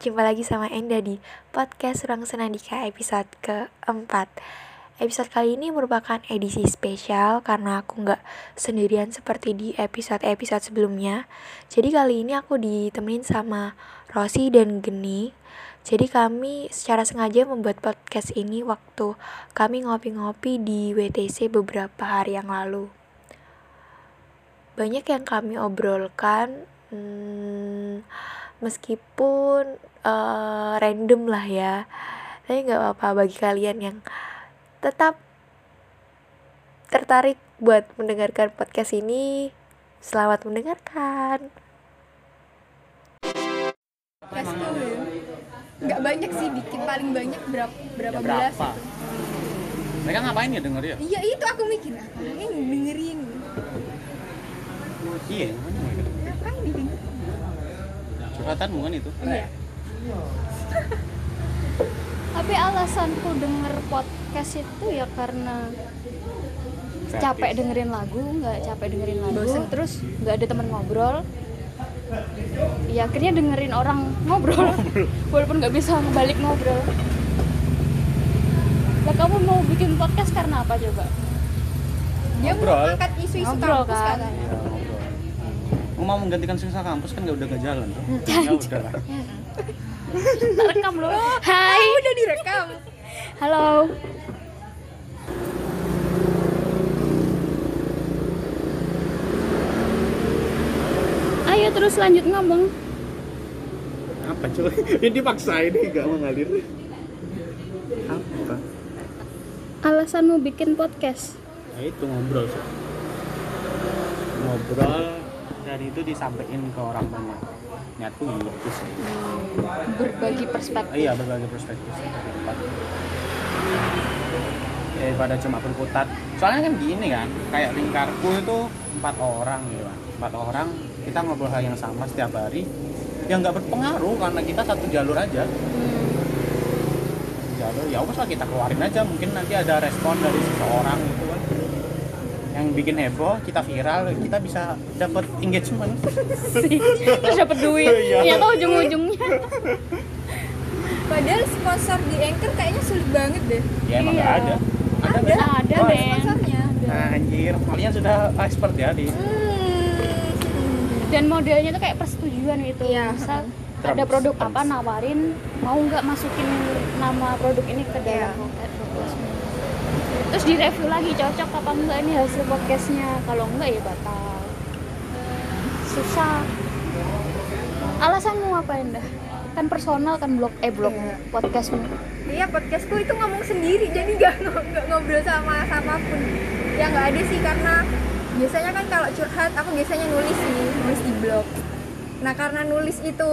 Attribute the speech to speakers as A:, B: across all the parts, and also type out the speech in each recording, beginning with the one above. A: jumpa lagi sama Enda di podcast Ruang Senandika episode keempat Episode kali ini merupakan edisi spesial karena aku nggak sendirian seperti di episode-episode sebelumnya Jadi kali ini aku ditemenin sama Rosi dan Geni Jadi kami secara sengaja membuat podcast ini waktu kami ngopi-ngopi di WTC beberapa hari yang lalu banyak yang kami obrolkan hmm, meskipun eh, random lah ya tapi nggak apa-apa bagi kalian yang tetap tertarik buat mendengarkan podcast ini selamat mendengarkan
B: Podcast tuh ya. nggak banyak sih dikit paling banyak berapa berapa
C: Ya,
B: belas
C: berapa? Mereka ngapain ya denger ya?
B: iya itu aku mikir ngapain dengerin
C: Iya, mana mereka?
B: ngapain didengerin
C: Curhatanmu kan itu?
B: iya
D: Tapi alasanku denger podcast itu ya karena
C: Gratis.
D: capek dengerin lagu, nggak capek dengerin lagu,
B: Bosen.
D: terus nggak ada teman ngobrol. Ya akhirnya dengerin orang ngobrol, walaupun nggak bisa balik ngobrol. Lah kamu mau bikin podcast karena apa coba?
B: dia mau
C: Ngobrol.
B: angkat isu-isu
D: Ngobrol
B: kampus
D: kan?
B: kan
C: Ya, ngobrol. Mau mau menggantikan susah kampus kan gak udah gak jalan tuh. Ya udah lah.
D: Rekam loh. Hai.
B: Kamu udah direkam
D: Halo. Ayo terus lanjut ngomong.
C: Apa cuy? Ini dipaksa ini gak mau ngalir. Apa?
D: Alasanmu bikin podcast?
C: Ya itu ngobrol sih. Ngobrol dan itu disampaikan ke orang banyak. Niatku ngerti sih.
D: Berbagi perspektif.
C: Iya, berbagai perspektif. Tempat. daripada cuma berkutat soalnya kan gini kan kayak lingkarku itu empat orang gitu kan empat orang kita ngobrol hal yang sama setiap hari yang nggak berpengaruh karena kita satu jalur aja
D: Hmm.
C: Satu jalur ya wes lah kita keluarin aja mungkin nanti ada respon dari seseorang gitu kan yang bikin heboh kita viral kita bisa dapat engagement
D: Terus dapat duit.
C: Iya.
D: Iya tau ujung-ujungnya.
B: padahal sponsor di anchor kayaknya sulit banget deh
C: ya emang nggak
D: Iya.
C: ada ada
D: Ada,
C: nggak?
D: ada
C: Oh,
D: Ben.
B: sponsornya
C: Nah, anjir kalian sudah expert ya di
B: Hmm.
D: Dan modelnya tuh kayak persetujuan gitu.
B: Iya.
D: Misal
C: Terms,
D: ada produk
C: terms.
D: apa nawarin, mau nggak masukin nama produk ini ke dalam
B: Iya.
D: podcast? Terus direview lagi cocok apa enggak ini hasil podcastnya. Kalau enggak ya batal. Susah. Alasanmu apa Indah? Kan personal kan blog eh blog
B: Iya.
D: podcastmu.
B: iya podcastku itu ngomong sendiri jadi nggak ngo- nggak ngobrol sama siapapun ya nggak ada sih karena biasanya kan kalau curhat aku biasanya nulis sih nulis di blog nah karena nulis itu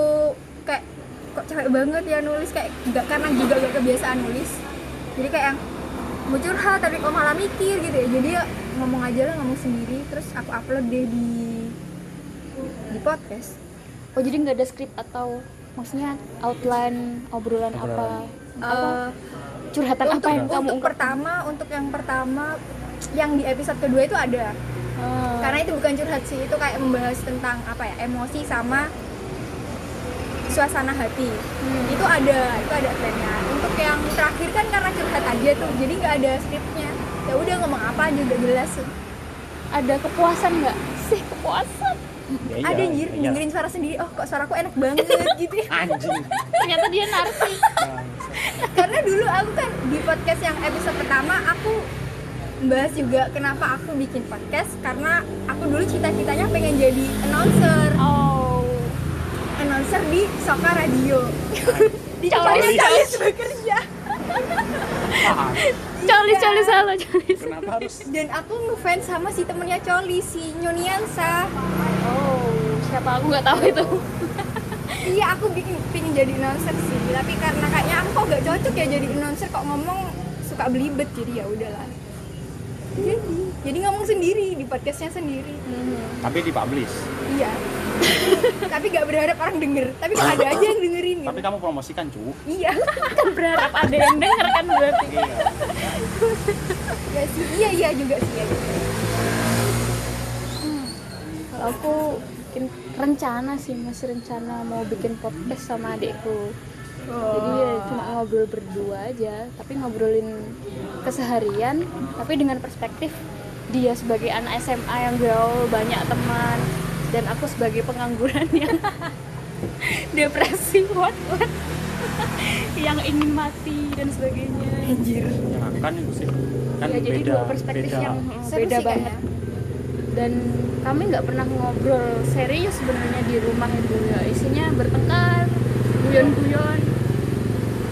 B: kayak kok capek banget ya nulis kayak nggak karena juga gak kebiasaan nulis jadi kayak yang mau curhat tapi kok malah mikir gitu ya jadi ya ngomong aja lah ngomong sendiri terus aku upload deh di di podcast
D: Oh jadi nggak ada skrip atau maksudnya outline obrolan apa? apa
B: Eh,
D: curhatan apa
B: untuk,
D: yang kamu
B: untuk
D: ungkap?
B: pertama untuk yang pertama yang di episode kedua itu ada
D: Ah.
B: karena itu bukan curhat sih itu kayak membahas tentang apa ya emosi sama suasana hati
C: Hmm.
B: itu ada itu ada trennya untuk yang terakhir kan karena curhat aja tuh jadi nggak ada skripnya ya udah ngomong apa aja udah jelas
D: ada kepuasan nggak sih kepuasan?
C: Ya iya,
B: ada anjir
C: iya.
B: dengerin suara sendiri oh kok suaraku enak banget gitu ya
C: anjing
D: Ternyata dia narsi.
B: karena dulu aku kan di podcast yang episode pertama aku bahas juga kenapa aku bikin podcast karena aku dulu cita-citanya pengen jadi announcer
D: Oh.
B: announcer di Soka Radio di
D: Colis.
B: Colis Colis bekerja
C: Ah,
D: Colis colis halo colis.
C: kenapa harus
B: dan aku ngefans sama si temennya Colis si Nyuniansa
D: Oh siapa aku nggak tahu itu.
B: iya aku bikin pengen jadi announcer sih tapi karena kayaknya aku kok gak cocok ya jadi announcer kok ngomong suka belibet jadi ya udahlah jadi jadi ngomong sendiri di podcastnya sendiri
C: tapi dipublish
B: iya tapi gak berharap orang denger tapi kok ada aja yang dengerin gitu.
C: tapi kamu promosikan cu
B: iya
C: Iya.
D: Kan berharap ada yang denger kan berarti.
B: Gak iya sih iya iya juga sih ya.
D: Kalau aku bikin rencana sih mas rencana mau bikin podcast sama adikku jadi ya cuma ngobrol berdua aja tapi ngobrolin keseharian tapi dengan perspektif dia sebagai anak SMA yang gaul banyak teman dan aku sebagai pengangguran yang depresi what what yang ingin mati dan sebagainya
C: kan itu sih kan
D: ya jadi
C: beda
D: dua perspektif
C: beda
D: yang
B: Seru sih ya.
D: beda
B: kayaknya.
D: banget dan kami nggak pernah ngobrol serius sebenarnya di rumah itu ya isinya bertengkar guyon-guyon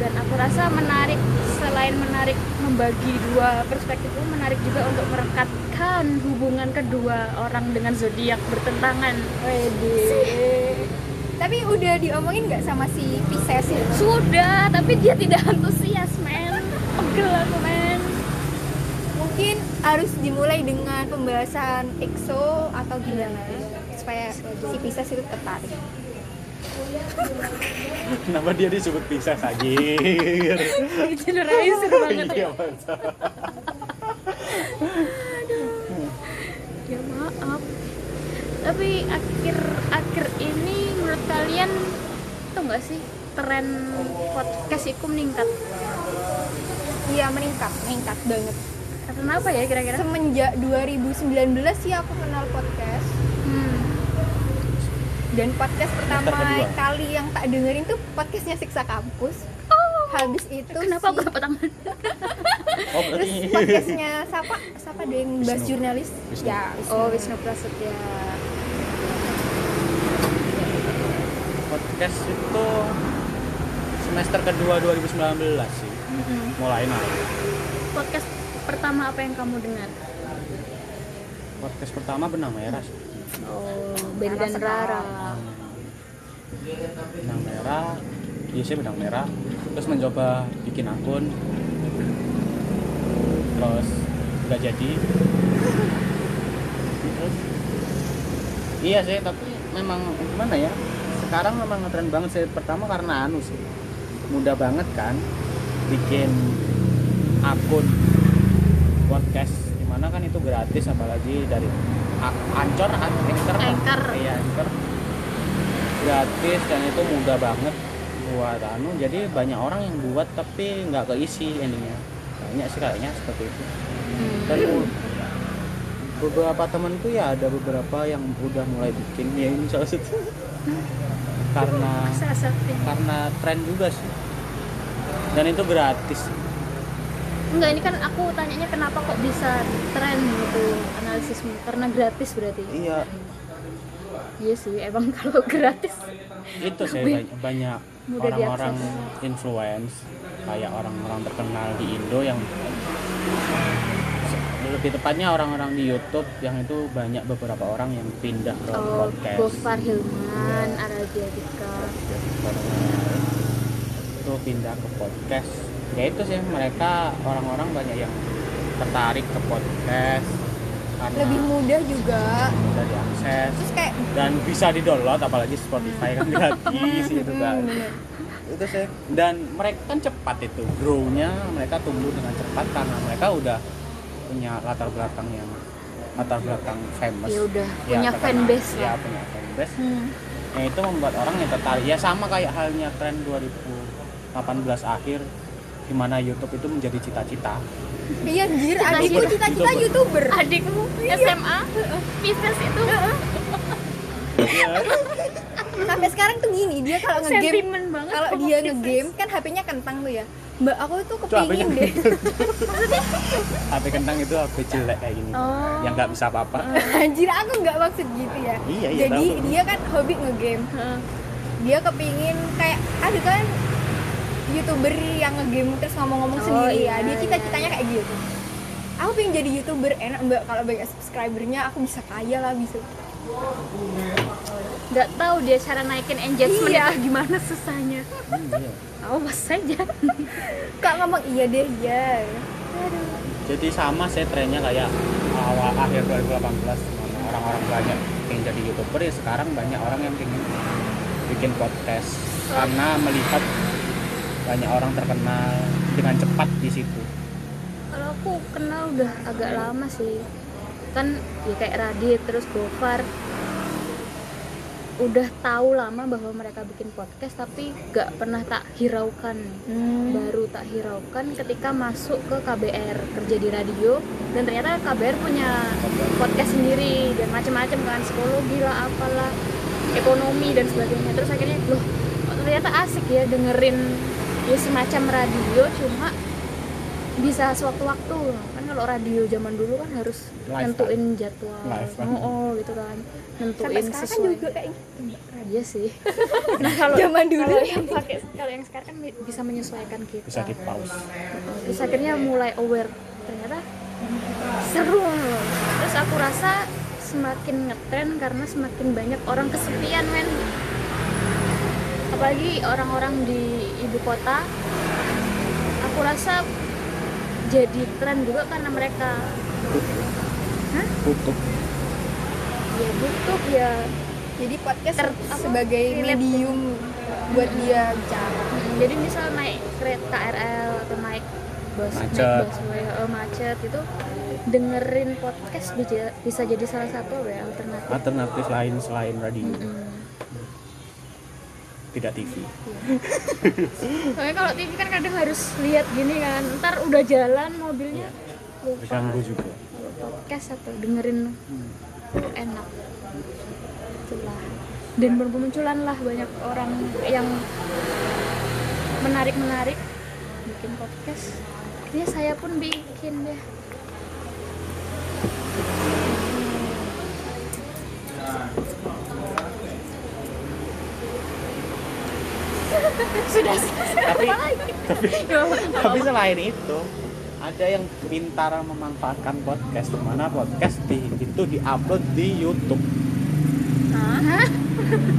D: dan aku rasa menarik selain menarik membagi dua perspektif itu menarik juga untuk merekatkan hubungan kedua orang dengan zodiak bertentangan
B: tapi udah diomongin nggak sama si Pisces ya? itu
D: sudah tapi dia tidak antusias men pegel aku men
B: mungkin harus dimulai dengan pembahasan EXO atau gimana supaya si Pisces itu tertarik
C: kenapa dia disebut pisah anjir
D: generalisir banget
C: iya bangsa
D: ya maaf tapi akhir akhir ini menurut kalian itu nggak sih tren podcast itu meningkat
B: iya meningkat meningkat banget
D: karena apa ya kira-kira
B: semenjak 2019 sih aku kenal podcast
D: hmm.
B: dan podcast pertama
C: kedua.
B: kali yang tak dengerin tuh podcastnya Siksa Kampus habis itu
D: Oh, kenapa aku
B: si-
D: dapat tangan
C: oh
B: terus
C: berarti
B: podcastnya siapa siapa deh yang bahas
C: Wisnu.
B: jurnalis
C: Wisnu.
B: ya
D: oh Wisnu Prasetya
C: podcast itu semester kedua 2019 sih
D: Mm-hmm.
C: mulai naik
D: podcast pertama apa yang kamu dengar
C: podcast pertama benang merah sih.
D: oh Beri dan Rara
C: benang merah iya sih benang merah terus mencoba bikin akun terus nggak jadi terus iya sih tapi memang gimana ya sekarang memang ngetren banget sih pertama karena anu sih mudah banget kan bikin akun podcast dimana kan itu gratis apalagi dari A- Anchor, An- Anchor,
D: Anchor.
C: Iya, Anchor. gratis dan itu mudah banget buat anu jadi banyak orang yang buat tapi nggak keisi endingnya banyak sih kayaknya seperti itu dan u- beberapa temanku ya ada beberapa yang udah mulai bikin ya ini salah satu karena
D: salah satu
C: karena tren juga sih dan itu gratis
D: Enggak, ini kan aku tanyanya kenapa kok bisa tren gitu analisismu karena gratis berarti
C: iya
D: iya sih emang kalau gratis
C: itu sih
D: Tapi
C: banyak, banyak
D: mudah
C: orang-orang
D: diakses.
C: influence kayak orang-orang terkenal di Indo yang lebih tepatnya orang-orang di YouTube yang itu banyak beberapa orang yang pindah ke
D: oh,
C: podcast
D: Gofar Hilman, Aradia Dika
C: itu pindah ke podcast ya itu sih mereka orang-orang banyak yang tertarik ke podcast karena
B: lebih mudah juga
C: mudah diakses
B: terus kayak
C: dan bisa di download apalagi Spotify kan gratis gitu kan
B: hmm,
C: itu sih dan mereka kan cepat itu grow-nya mereka tumbuh dengan cepat karena mereka udah punya latar belakang yang latar belakang famous
D: Ya udah, punya
C: terkenal.
D: fanbase
C: ya
D: lah. Hmm.
C: punya fanbase ya itu membuat orang yang tertarik ya sama kayak halnya tren 2018 akhir di mana YouTube itu menjadi cita-cita
B: iya anjir adikku cita-cita youtuber
D: adikmu SMA Pisces itu
C: Ya,
B: sampai sekarang tuh gini dia kalau ngegame
D: sentimen banget
B: kalau
D: sama
B: dia
D: Pisces.
B: ngegame kan HP-nya kentang tuh ya mbak aku tuh
C: Tuh, HP-nya
B: kepingin deh
C: HP kentang itu HP jelek kayak gini
D: Oh.
C: yang nggak bisa apa-apa
B: anjir aku nggak maksud gitu ya
C: Iya, iya,
B: jadi
C: tahu.
B: dia kan hobi ngegame
D: Heeh.
B: dia kepingin kayak ada kan youtuber yang ngegame terus ngomong-ngomong
D: Oh,
B: sendiri
D: iya,
B: ya dia
D: iya.
B: cita-citanya kayak gitu aku pengen jadi youtuber enak mbak kalau banyak subscribernya aku bisa kaya lah bisa
D: nggak tahu dia cara naikin engagement
B: Iya.
D: itu gimana susahnya
C: Iya.
D: awas saja
B: kak ngomong iya deh iya
C: jadi sama sih trennya kayak awal akhir 2018 dimana orang-orang banyak yang jadi youtuber ya sekarang banyak orang yang ingin bikin podcast karena melihat banyak orang terkenal dengan cepat di situ
D: Kalau aku kenal udah agak lama sih. Kan ya kayak Radit terus Gofar. udah tahu lama bahwa mereka bikin podcast tapi gak pernah tak hiraukan
B: Hmm.
D: baru tak hiraukan ketika masuk ke KBR kerja di radio dan ternyata KBR punya podcast sendiri dan macam-macam kan psikologi lah apalah ekonomi dan sebagainya terus akhirnya loh kok ternyata asik ya dengerin ya semacam radio cuma bisa sewaktu-waktu kan kalau radio zaman dulu kan harus
C: Live,
D: nentuin jadwal
C: Live, kan?
D: oh, oh, gitu kan
B: sampai
D: nentuin
B: sekarang kan
D: sesuai
B: juga kayak gitu Mbak.
D: Iya sih. Nah kalau
B: Zaman dulu.
D: kalau yang pakai kalau yang sekarang kan bi- bisa menyesuaikan kita.
C: bisa kita pause
D: Terus akhirnya mulai aware ternyata seru. Terus aku rasa semakin ngetren karena semakin banyak orang kesepian men. Apalagi orang-orang di ibu kota. Aku rasa jadi tren juga karena mereka
C: tutup
D: ya butuh ya
B: jadi podcast
D: Ter- apa?
B: sebagai
D: Relate.
B: medium buat dia bicara
D: Hmm, jadi misal naik kereta KRL atau naik bus
C: Macet.
D: naik busway eh, macet itu dengerin podcast bisa bisa jadi salah satu apa ya, alternatif
C: alternatif lain selain radio
D: Mm.
C: tidak TV
D: soalnya kalau TV kan kadang harus lihat gini kan ntar udah jalan mobilnya lupa
C: terganggu juga
D: Kalau podcast atau dengerin
C: Hmm.
D: enak itulah dan bermunculan lah banyak orang yang menarik menarik bikin podcast akhirnya saya pun bikin deh
C: Nah.
D: sudah
C: tapi tapi selain itu ada yang pintar memanfaatkan podcast mana podcast di, itu diupload di YouTube
D: Hah?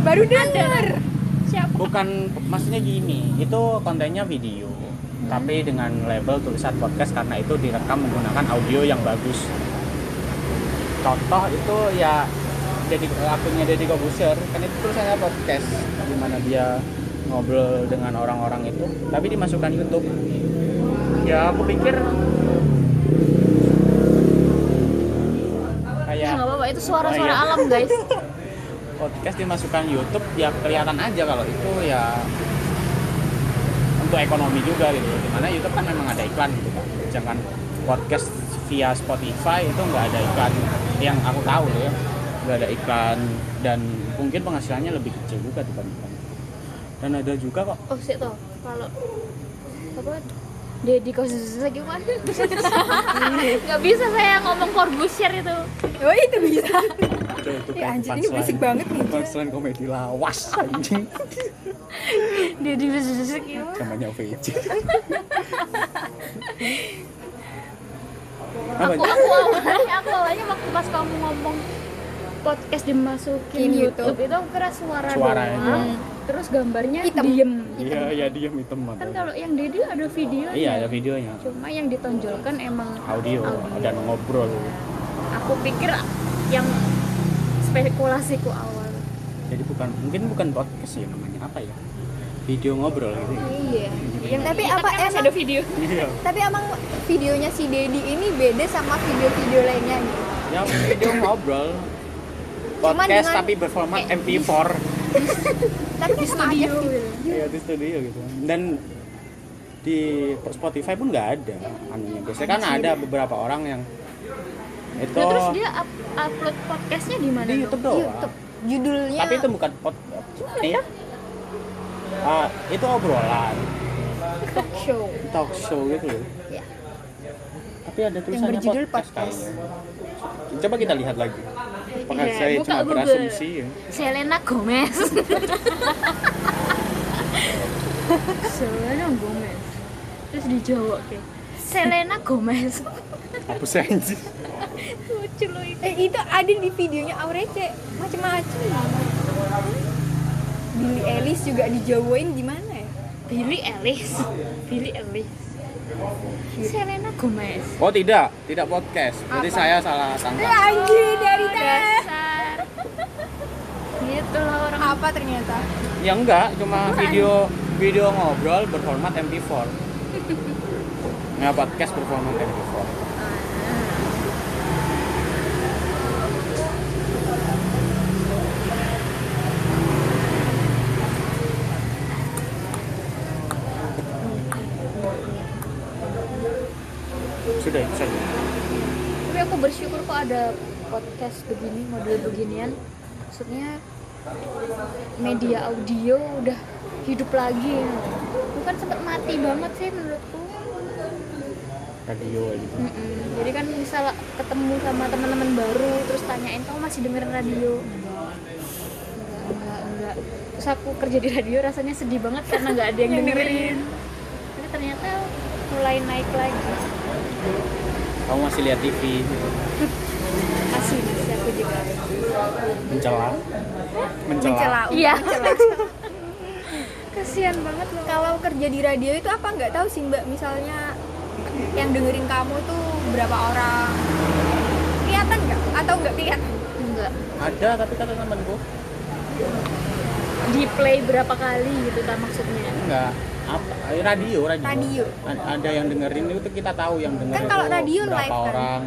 B: baru denger
D: siapa
C: bukan maksudnya gini itu kontennya video tapi dengan label tulisan podcast karena itu direkam menggunakan audio yang bagus contoh itu ya jadi akunnya Deddy Kobusier kan itu tulisannya podcast di mana dia ngobrol dengan orang-orang itu tapi dimasukkan YouTube ya aku pikir
D: ya
C: kayak
D: nggak apa-apa itu suara-suara
C: Iya.
D: alam guys
C: podcast dimasukkan YouTube ya kelihatan aja kalau itu ya untuk ekonomi juga gitu dimana YouTube kan memang ada iklan gitu kan jangan podcast via Spotify itu nggak ada iklan yang aku tahu loh ya nggak ada iklan dan mungkin penghasilannya lebih kecil juga dibandingkan dan ada juga kok
D: oh sih toh kalau apa Deddy Corbuzier gitu kan nggak bisa saya ngomong Corbuzier itu
B: oh itu bisa
C: itu, itu
B: Ya, anjing, ini berisik banget nih.
C: punchline komedi lawas anjing
D: Deddy Corbuzier gitu
C: namanya VJ Apa
D: aku
C: itu?
D: aku awalnya aku awalnya waktu pas kamu ngomong podcast dimasukin
B: Di
D: YouTube,
B: YouTube.
D: itu aku kira suara
C: Suaranya
D: doang
C: doang.
D: terus gambarnya
B: Hitam.
D: diem
C: Iya, ya diam hitam
D: kan
C: matanya.
D: kalau yang Deddy ada videonya
C: Iya, ada videonya.
D: cuma yang ditonjolkan emang
C: Audio, dan ngobrol.
D: aku pikir yang spekulasiku awal
C: Jadi bukan mungkin bukan podcast ya namanya apa ya? Video ngobrol gitu. ya.
D: iya yang
B: Tapi
D: iya,
B: apa
D: kan masih
B: emang-
D: ada video
C: Iya.
B: tapi emang videonya si Dedi ini beda sama video-video lainnya gitu
C: Ya video ngobrol.
B: Cuman
C: Podcast
B: dengan-
C: tapi berformat MP4.
B: tapi kan sama aja sih.
C: Iya, di studio gitu. Dan di Spotify pun nggak ada anunya. Biasanya kan ada beberapa orang yang itu
D: Nah, terus dia up- upload podcastnya di mana
C: di
D: dong?
C: YouTube doang.
B: YouTube Ya. judulnya
C: Tapi itu bukan pot. Gimana ya? Ah, itu obrolan,
D: talk show
C: talk show gitu loh.
B: Iya.
C: Tapi ada tulisannya
B: berjudul podcast.
C: kayaknya. Coba kita lihat lagi. Apakah
D: Iya,
C: saya
D: buka
C: cuma
D: Google.
C: berasumsi ya?
D: Selena Gomez Selena Gomez terus di Jawa oke Selena Gomez
C: Apa sih anjir?
D: lucu loh itu
B: eh itu ada di videonya Aurece macem-macem Billy Ellis juga dijawain gimana ya
D: Billy Ellis Billy Ellis Selena Gomez
C: Oh tidak, tidak podcast. Berarti saya salah tangkap.
B: anjir dari teh
D: dasar gitu loh orang
B: apa ternyata
C: Ya enggak, cuma video video ngobrol berformat MP4. Nggak podcast berformat MP4. sudah itu saja
D: tapi aku bersyukur kok ada podcast begini model beginian maksudnya media audio udah hidup lagi bukan sempet mati banget sih menurutku
C: radio gitu
D: Mm-mm. jadi kan misal ketemu sama teman-teman baru terus tanyain kamu masih dengerin radio enggak enggak enggak terus aku kerja di radio rasanya sedih banget karena nggak ada yang dengerin tapi ternyata mulai naik lagi
C: kamu masih lihat TV gitu.
D: masih masih aku juga
C: mencela mencela
B: mencela
D: Iya.
B: mencela.
D: kasihan banget loh
B: kalau kerja di radio itu apa nggak tahu sih mbak misalnya yang dengerin kamu tuh berapa orang kelihatan nggak atau nggak kelihatan
D: enggak
C: ada tapi kata temanku
D: di play berapa kali gitu kan maksudnya
C: enggak apa eh, radio radio,
B: Radio.
C: A- ada yang dengerin itu kita tahu yang dengerin
B: Kan kalau
C: itu
B: radio
C: berapa
B: live kan?
C: orang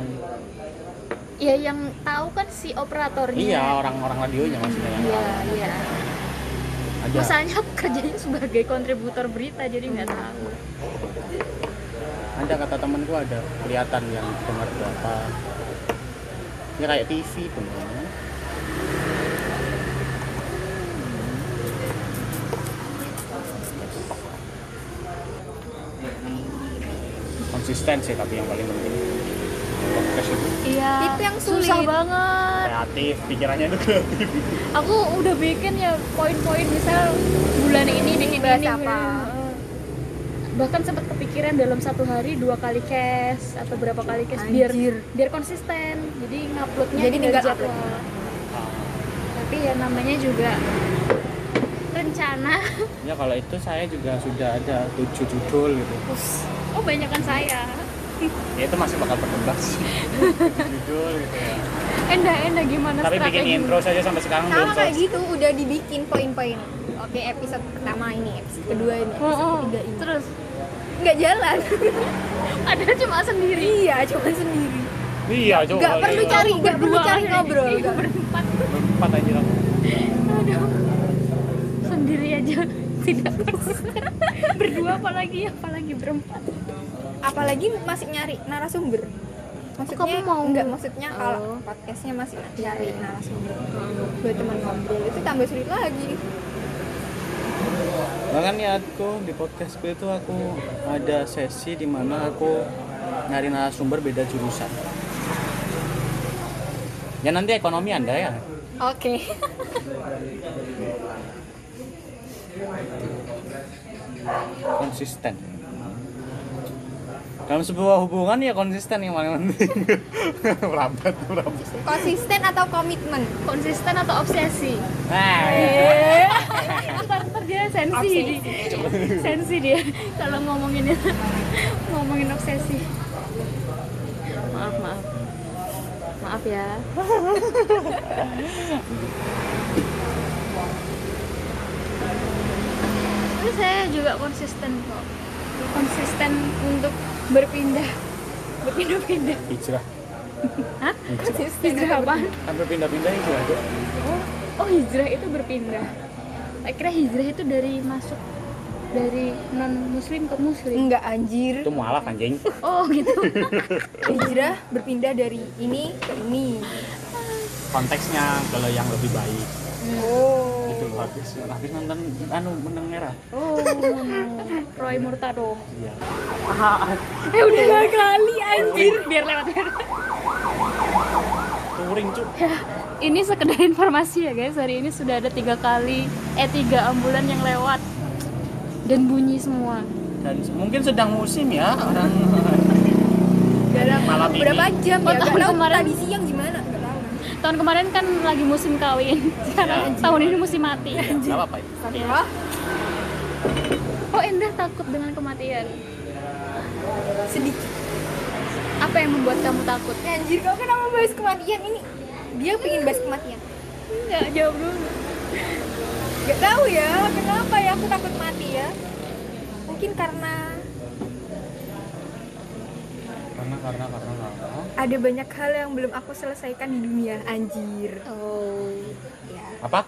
D: ya yang tahu kan si operatornya
C: iya orang-orang radionya maksudnya yang
D: iya iya
C: ada
D: misalnya aku kerjanya sebagai kontributor berita jadi nggak tahu
C: ada kata temanku ada kelihatan yang dengar berapa ini kayak TV bener Hmm. konsisten sih tapi yang paling penting podcast itu
D: iya
B: Itu yang
D: susah
B: sulit.
D: banget
C: kreatif pikirannya itu kreatif
D: aku udah bikin ya poin-poin misal bulan ini bikin
B: Bahas
D: ini
B: apa?
D: Heeh. bahkan sempat kepikiran dalam satu hari dua kali cash atau berapa kali cash biar
B: Anjir.
D: biar konsisten jadi nguploadnya
B: Jadi
D: tinggal
B: tinggal
D: jadwal. tapi ya namanya juga rencana
C: ya kalau itu saya juga sudah ada tujuh judul gitu
D: oh banyakkan saya
C: ya itu masih bakal berkembang sih judul gitu ya
D: endah endah gimana
C: tapi bikin
D: strategi?
C: intro saja sampai sekarang belum
B: sama kayak
C: selesai
B: gitu udah dibikin poin-poin oke episode pertama ini episode kedua ini
D: Oh,
B: episode
D: oh.
B: ketiga ini
D: terus
B: nggak jalan
D: ada cuma sendiri
B: iya cuma sendiri
C: iya coba
D: Oh,
B: nggak perlu
C: iya.
B: cari nggak perlu
D: Berdua
B: cari
D: aja.
B: ngobrol
D: Iya,
B: nggak perlu.
D: berempat
C: berempat aja kamu
D: aduh sendiri aja tidak konsisten berdua apalagi apalagi berempat
B: apalagi masih nyari narasumber maksudnya
D: kamu mau-
B: nggak maksudnya kalau
D: Oh. Iya,
B: podcastnya masih nyari narasumber buat teman ngobrol itu tambah sulit lagi
C: bahkan niatku ya, di podcastku itu aku ada sesi di mana aku nyari narasumber beda jurusan ya nanti ekonomi anda ya
B: oke
C: konsisten dalam sebuah hubungan ya konsisten yang paling penting merambat merambat
B: konsisten atau komitmen
D: konsisten atau obsesi
C: nah
D: ntar ntar dia sensi
B: Obsesi.
D: di- sensi dia kalau ngomongin ngomongin obsesi maaf maaf maaf ya tapi saya juga konsisten kok konsisten untuk berpindah berpindah-pindah
C: hijrah
D: Hah?
C: hijrah
D: hijrah apa
C: sampai pindah-pindah hijrah tuh
D: oh, oh hijrah itu berpindah saya kira hijrah itu dari masuk dari non muslim ke muslim
B: enggak anjir
C: itu mualaf anjing
D: oh gitu
B: hijrah berpindah dari ini ke ini
C: konteksnya kalau yang lebih baik
B: oh
C: itu loh habis habis nonton anu menang merah
D: oh Roy Murtado
C: iya
D: eh udah dua kali anjir biar lewat ya.
C: touring cuk
D: ini sekedar informasi ya guys hari ini sudah ada tiga kali eh tiga ambulan yang lewat dan bunyi semua
C: dan mungkin sedang musim ya orang
B: dalam
C: Malam ini.
B: berapa jam ya
D: Oh,
B: nggak
D: tahun
B: tahu
D: kemarin.
B: tadi siang gimana nggak tahu
D: tahun kemarin kan lagi musim kawin sekarang
C: Ya.
D: tahun ini musim mati
C: nggak apa-apa ya? itu.
B: Astagfirullah.
D: oh Endah takut dengan kematian
B: sedikit
D: apa yang membuat kamu takut
B: Ya, anjir kau kenapa bahas kematian ini dia pengen bahas kematian
D: enggak jawab dulu
B: nggak tahu ya kenapa ya aku takut mati ya mungkin karena
C: karena karena karena karena
B: ada banyak hal yang belum aku selesaikan di dunia anjir
D: oh
B: ya
C: apa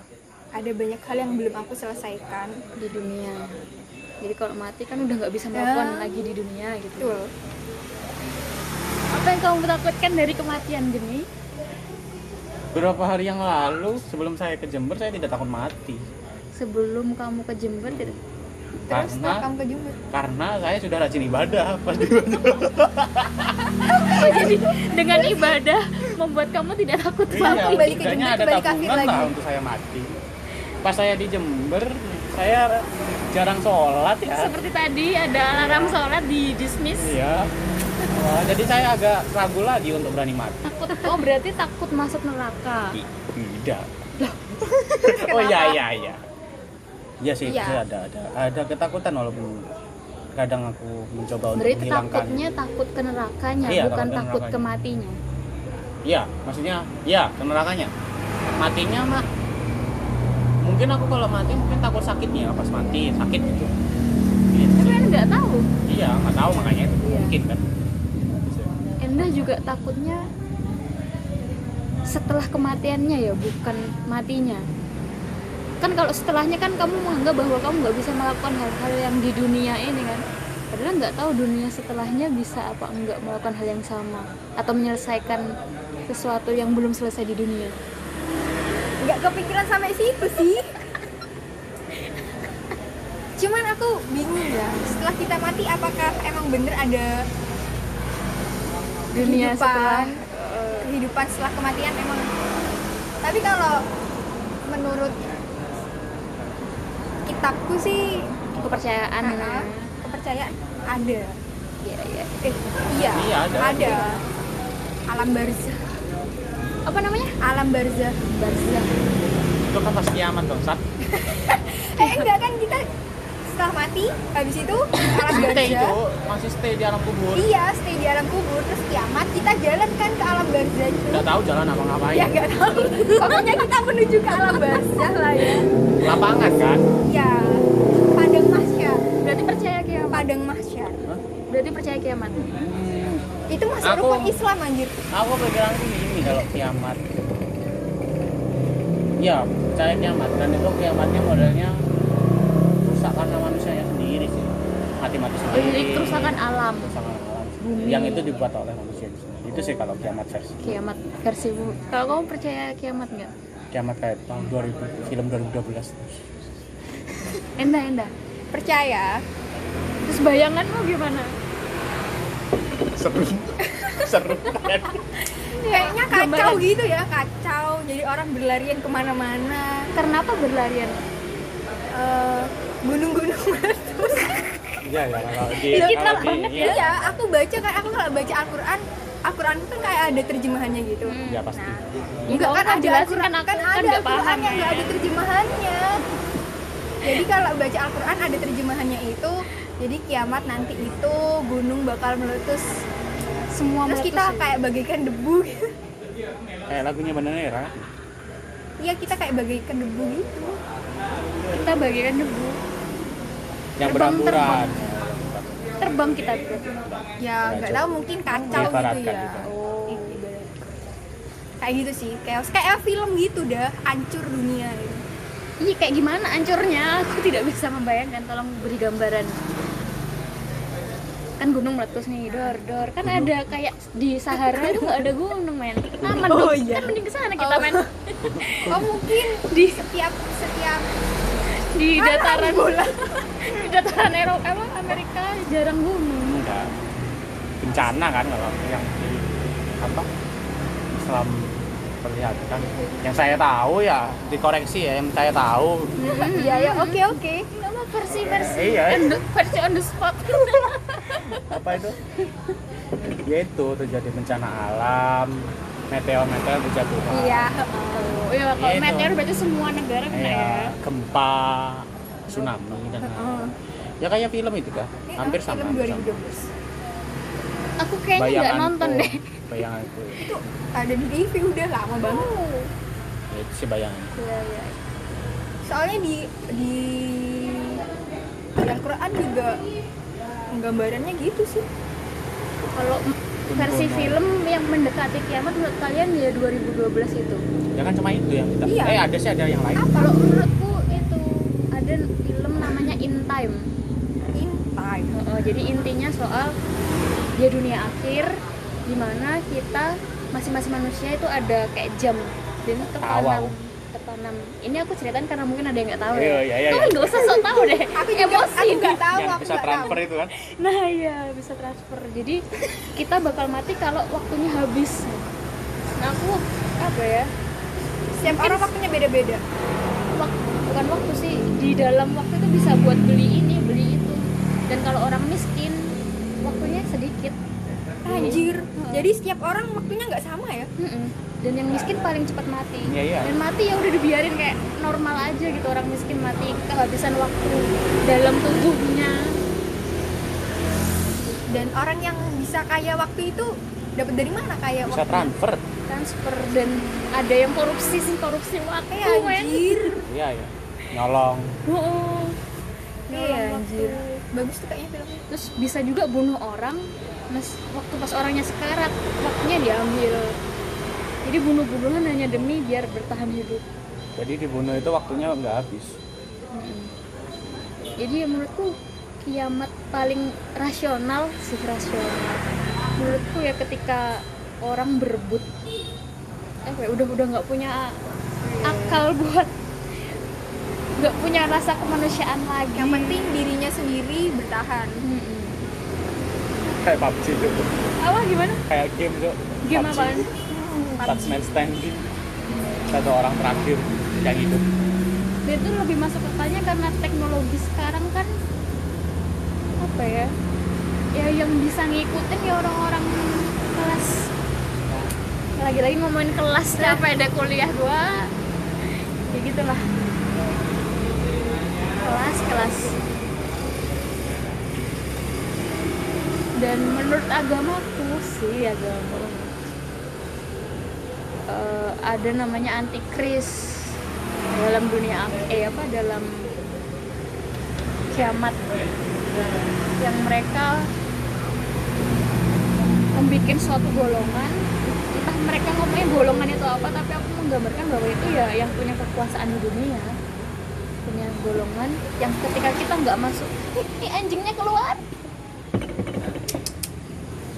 B: ada banyak hal yang belum aku selesaikan
D: di dunia jadi kalau mati kan udah nggak bisa melakukan
B: Ya.
D: lagi di dunia gitu
B: betul
D: Apa yang kamu takutkan dari kematian Geni?
C: Beberapa hari yang lalu sebelum saya ke Jember saya tidak takut mati
D: Sebelum kamu ke Jember, tidak-
B: terus
C: karena
B: setelah kamu ke Jember
C: karena saya sudah rajin ibadah pas di
D: Oh, jadi dengan ibadah membuat kamu tidak takut
C: Iya,
D: mati.
B: kembali ke
C: setidaknya
B: Jember,
C: ada
B: kembali kafir
C: tabungan lah
B: lagi.
C: untuk saya mati pas saya di Jember saya jarang sholat ya
D: Seperti tadi ada alarm sholat di dismiss.
C: iya Wah, jadi saya agak ragu lagi untuk berani mati
D: Takut. Oh berarti takut masuk
C: Iya,
D: neraka.
C: tidak oh iya iya iya Iya sih
B: Iya.
C: itu ada ada ada ketakutan walaupun kadang aku mencoba untuk
D: Berarti
C: menghilangkan
D: takutnya takut ke nerakanya,
C: Iya,
D: bukan
C: takut ke
D: takut ke
C: nerakanya.
D: matinya.
C: Iya, maksudnya iya ke nerakanya. Matinya mah mungkin aku kalau mati mungkin takut sakitnya pas mati sakit gitu. Gitu.
D: Tapi Anda nggak tahu.
C: Iya, nggak tahu makanya itu
D: Iya.
C: mungkin kan.
D: Anda juga takutnya setelah kematiannya ya, bukan matinya. Kan kalau setelahnya kan kamu menganggap bahwa kamu nggak bisa melakukan hal-hal yang di dunia ini kan. Padahal nggak tahu dunia setelahnya bisa apa enggak melakukan hal yang sama atau menyelesaikan sesuatu yang belum selesai di dunia.
B: nggak kepikiran sampai situ sih cuman aku bingung ya setelah kita mati apakah emang bener ada
D: Dunia
B: kehidupan
D: setelah
B: eh, kehidupan setelah kematian emang tapi kalau menurut kitabku sih
D: kepercayaan.
B: nah, kepercayaan ada
D: Iya, iya.
B: eh iya,
C: Iya, ada.
B: ada alam barzah
D: Apa namanya?
B: alam barzah
D: Barzah.
C: Itu kan pas kiamat dong, Sat.
B: eh enggak kan kita setelah mati habis itu alam
C: Stay
B: barzah
C: itu masih stay di alam kubur.
B: Iya, stay di alam kubur terus kiamat kita jalan kan ke alam barzah itu.
C: Nggak tahu jalan apa ngapain.
B: Ya nggak tahu. Pokoknya kita menuju ke alam barzah lah ya.
C: Lapangan kan.
B: Ya, padang mahsyar,
D: Berarti percaya kiamat.
B: padang mahsyar.
D: Berarti percaya kiamat.
C: Hmm,
B: Itu masuk
C: Aku-
B: rukun Islam anjir.
C: aku pikiranku ini kalau kiamat. Ya, saya kiamat dan itu kiamatnya modelnya rusak karena manusianya sendiri sih. Mati-mati sendiri.
D: Jadi kerusakan alam.
C: Kerusakan alam. yang itu dibuat oleh manusia di sini. Itu sih kalau kiamat versi
D: Kiamat versimu. Kalau kamu percaya kiamat nggak?
C: kiamat kayak tahun 2000 film 2012
D: Enda, enda.
B: Percaya.
C: Iya.
D: Terus bayanganmu gimana?
C: seru seru kan
B: Kayaknya kacau
D: gambaran.
B: gitu ya, kacau. Jadi orang berlarian kemana-mana.
D: Karena apa berlarian?
B: Eh, gunung-gunung meletus.
C: iya ya kalau di
D: Dikit lah
C: kalau di-
D: banget ya.
C: iya.
B: Iya, aku baca kan aku kalau baca Al-Qur'an, Al-Qur'an kan kayak ada terjemahannya gitu.
C: ya pasti
B: Enggak kan ada
D: jelasin
B: Al-Qur'an
D: kan aku kan
B: ada
D: nggak
B: Al-Qur'an
D: paham
B: yang nggak ada
D: ya.
B: terjemahannya. Jadi kalau baca Al-Qur'an ada terjemahannya itu, jadi kiamat nanti itu gunung bakal meletus. Terus
D: Semua Oh, meletus
B: kita
D: ya.
B: kayak bagaikan debu. gitu.
C: kayak lagunya Bandanera
B: Iya, kita kayak bagaikan debu gitu.
D: kita bagikan debu.
C: yang
D: Terbang,
C: berhamburan
D: Terbang kita. berarti.
C: Iya,
B: Ya, nggak tahu mungkin kacau gitu
C: Diibaratkan,
B: ya.
C: diibaratkan.
D: Oh.
B: Kayak gitu sih, chaos kayak film gitu dah, hancur dunia gitu.
D: Iya kayak gimana ancurnya? Aku tidak bisa membayangkan. Tolong beri gambaran. Kan gunung meletus nih, dor dor. Kan ada kayak di Sahara itu nggak ada gunung men. Aman
B: Oh,
D: dong.
B: iya.
D: Kan mending kesana kita men.
B: Oh, mungkin di setiap setiap
D: Di dataran
B: bola.
D: di dataran Eropa apa Amerika jarang gunung.
C: enggak bencana kan kalau yang di apa Islam perlihatkan yang saya tahu ya dikoreksi ya yang saya tahu
B: Iya, ya oke oke.
D: Nggak mau Iya, versi versi.
C: Iya, iya.
D: on the- versi on the spot.
C: apa itu ya itu terjadi bencana alam meteor-meteor berjatuhan
B: Iya.
D: Oh, iya kalau
C: Iya, itu.
D: meteor berarti semua negara kena ya.
C: kayak Iya, gempa tsunami dan lain-lain. ya kayak film itu kan
B: Ini
C: hampir
B: Iya, film
C: sama
B: 2012.
D: Aku kayaknya nggak
C: Bayanganku-
D: nonton deh.
C: bayanganku ya.
B: itu ada Eh, di TV udah lama banget
C: Ya, itu sih bayanganku
D: Oh, Iya, iya.
B: soalnya di di Al-Quran juga gambarannya gitu sih
D: Kalau versi
C: Kuno.
D: film yang mendekati kiamat menurut kalian ya 2012 itu.
C: ya kan cuma itu yang kita
B: Iya.
C: eh ada sih ada yang lain
D: Kalau menurutku itu ada film namanya In Time.
B: in time
D: Oh, oh, jadi intinya soal dia dunia akhir dimana kita masing-masing manusia itu ada kayak jam dan itu tertanam
C: Awal.
D: tertanam ini aku ceritain karena mungkin ada yang nggak tahu
C: Iya,
D: ya
C: iya, iya,
D: kamu
C: iya.
D: nggak usah sok tahu deh
B: aku juga
D: emosi
B: aku nggak tahu
C: yang
B: aku
C: bisa
B: nggak tahu
C: transfer itu kan
D: nah ya bisa transfer jadi kita bakal mati kalau waktunya habis nah aku apa ya
B: setiap orang waktunya beda-beda
D: waktu bukan waktu sih di dalam waktu itu bisa buat beli ini beli itu dan kalau orang miskin waktunya sedikit
B: anjir jadi setiap orang waktunya nggak sama ya
D: Mm-mm. dan yang miskin paling cepat mati
C: Iya, iya.
D: dan mati ya udah dibiarin kayak normal aja gitu orang miskin mati kehabisan waktu dalam tubuhnya
B: dan orang yang bisa kaya waktu itu dapat dari mana kaya
C: bisa
B: waktu
C: transfer
D: transfer dan ada yang korupsi sih korupsi waktu
B: Eh,
D: men
B: anjir
C: iya ya nyolong
D: Oh.
B: Iya,
D: Nyolong
B: anjir.
D: waktu.
B: bagus tuh kayaknya filmnya
D: terus bisa juga bunuh orang mas waktu pas orangnya sekarat waktunya diambil jadi bunuh-bunuhan hanya demi biar bertahan hidup
C: jadi dibunuh itu waktunya nggak habis
D: jadi ya menurutku kiamat paling rasional sih rasional menurutku ya ketika orang berebut apa ya, udah udah nggak punya akal buat nggak punya rasa kemanusiaan lagi
B: yang penting dirinya sendiri bertahan
D: Mm-mm.
C: kayak PUBG itu
D: apa gimana
C: kayak game tuh
D: game
C: PUBG.
D: apaan
C: last man standing satu orang terakhir yang hidup
D: dia tuh lebih masuk kotanya karena teknologi sekarang kan apa ya ya yang bisa ngikutin ya orang-orang kelas lagi-lagi ngomongin kelas capek ada kuliah gua ya gitulah kelas kelas dan menurut agamaku sih agama eh, ada namanya antikris dalam dunia ak- eh apa dalam kiamat yang mereka membuat suatu golongan entah mereka ngomongnya golongan itu apa tapi aku menggambarkan bahwa itu ya yang punya kekuasaan di dunia punya golongan yang ketika kita nggak masuk ini anjingnya keluar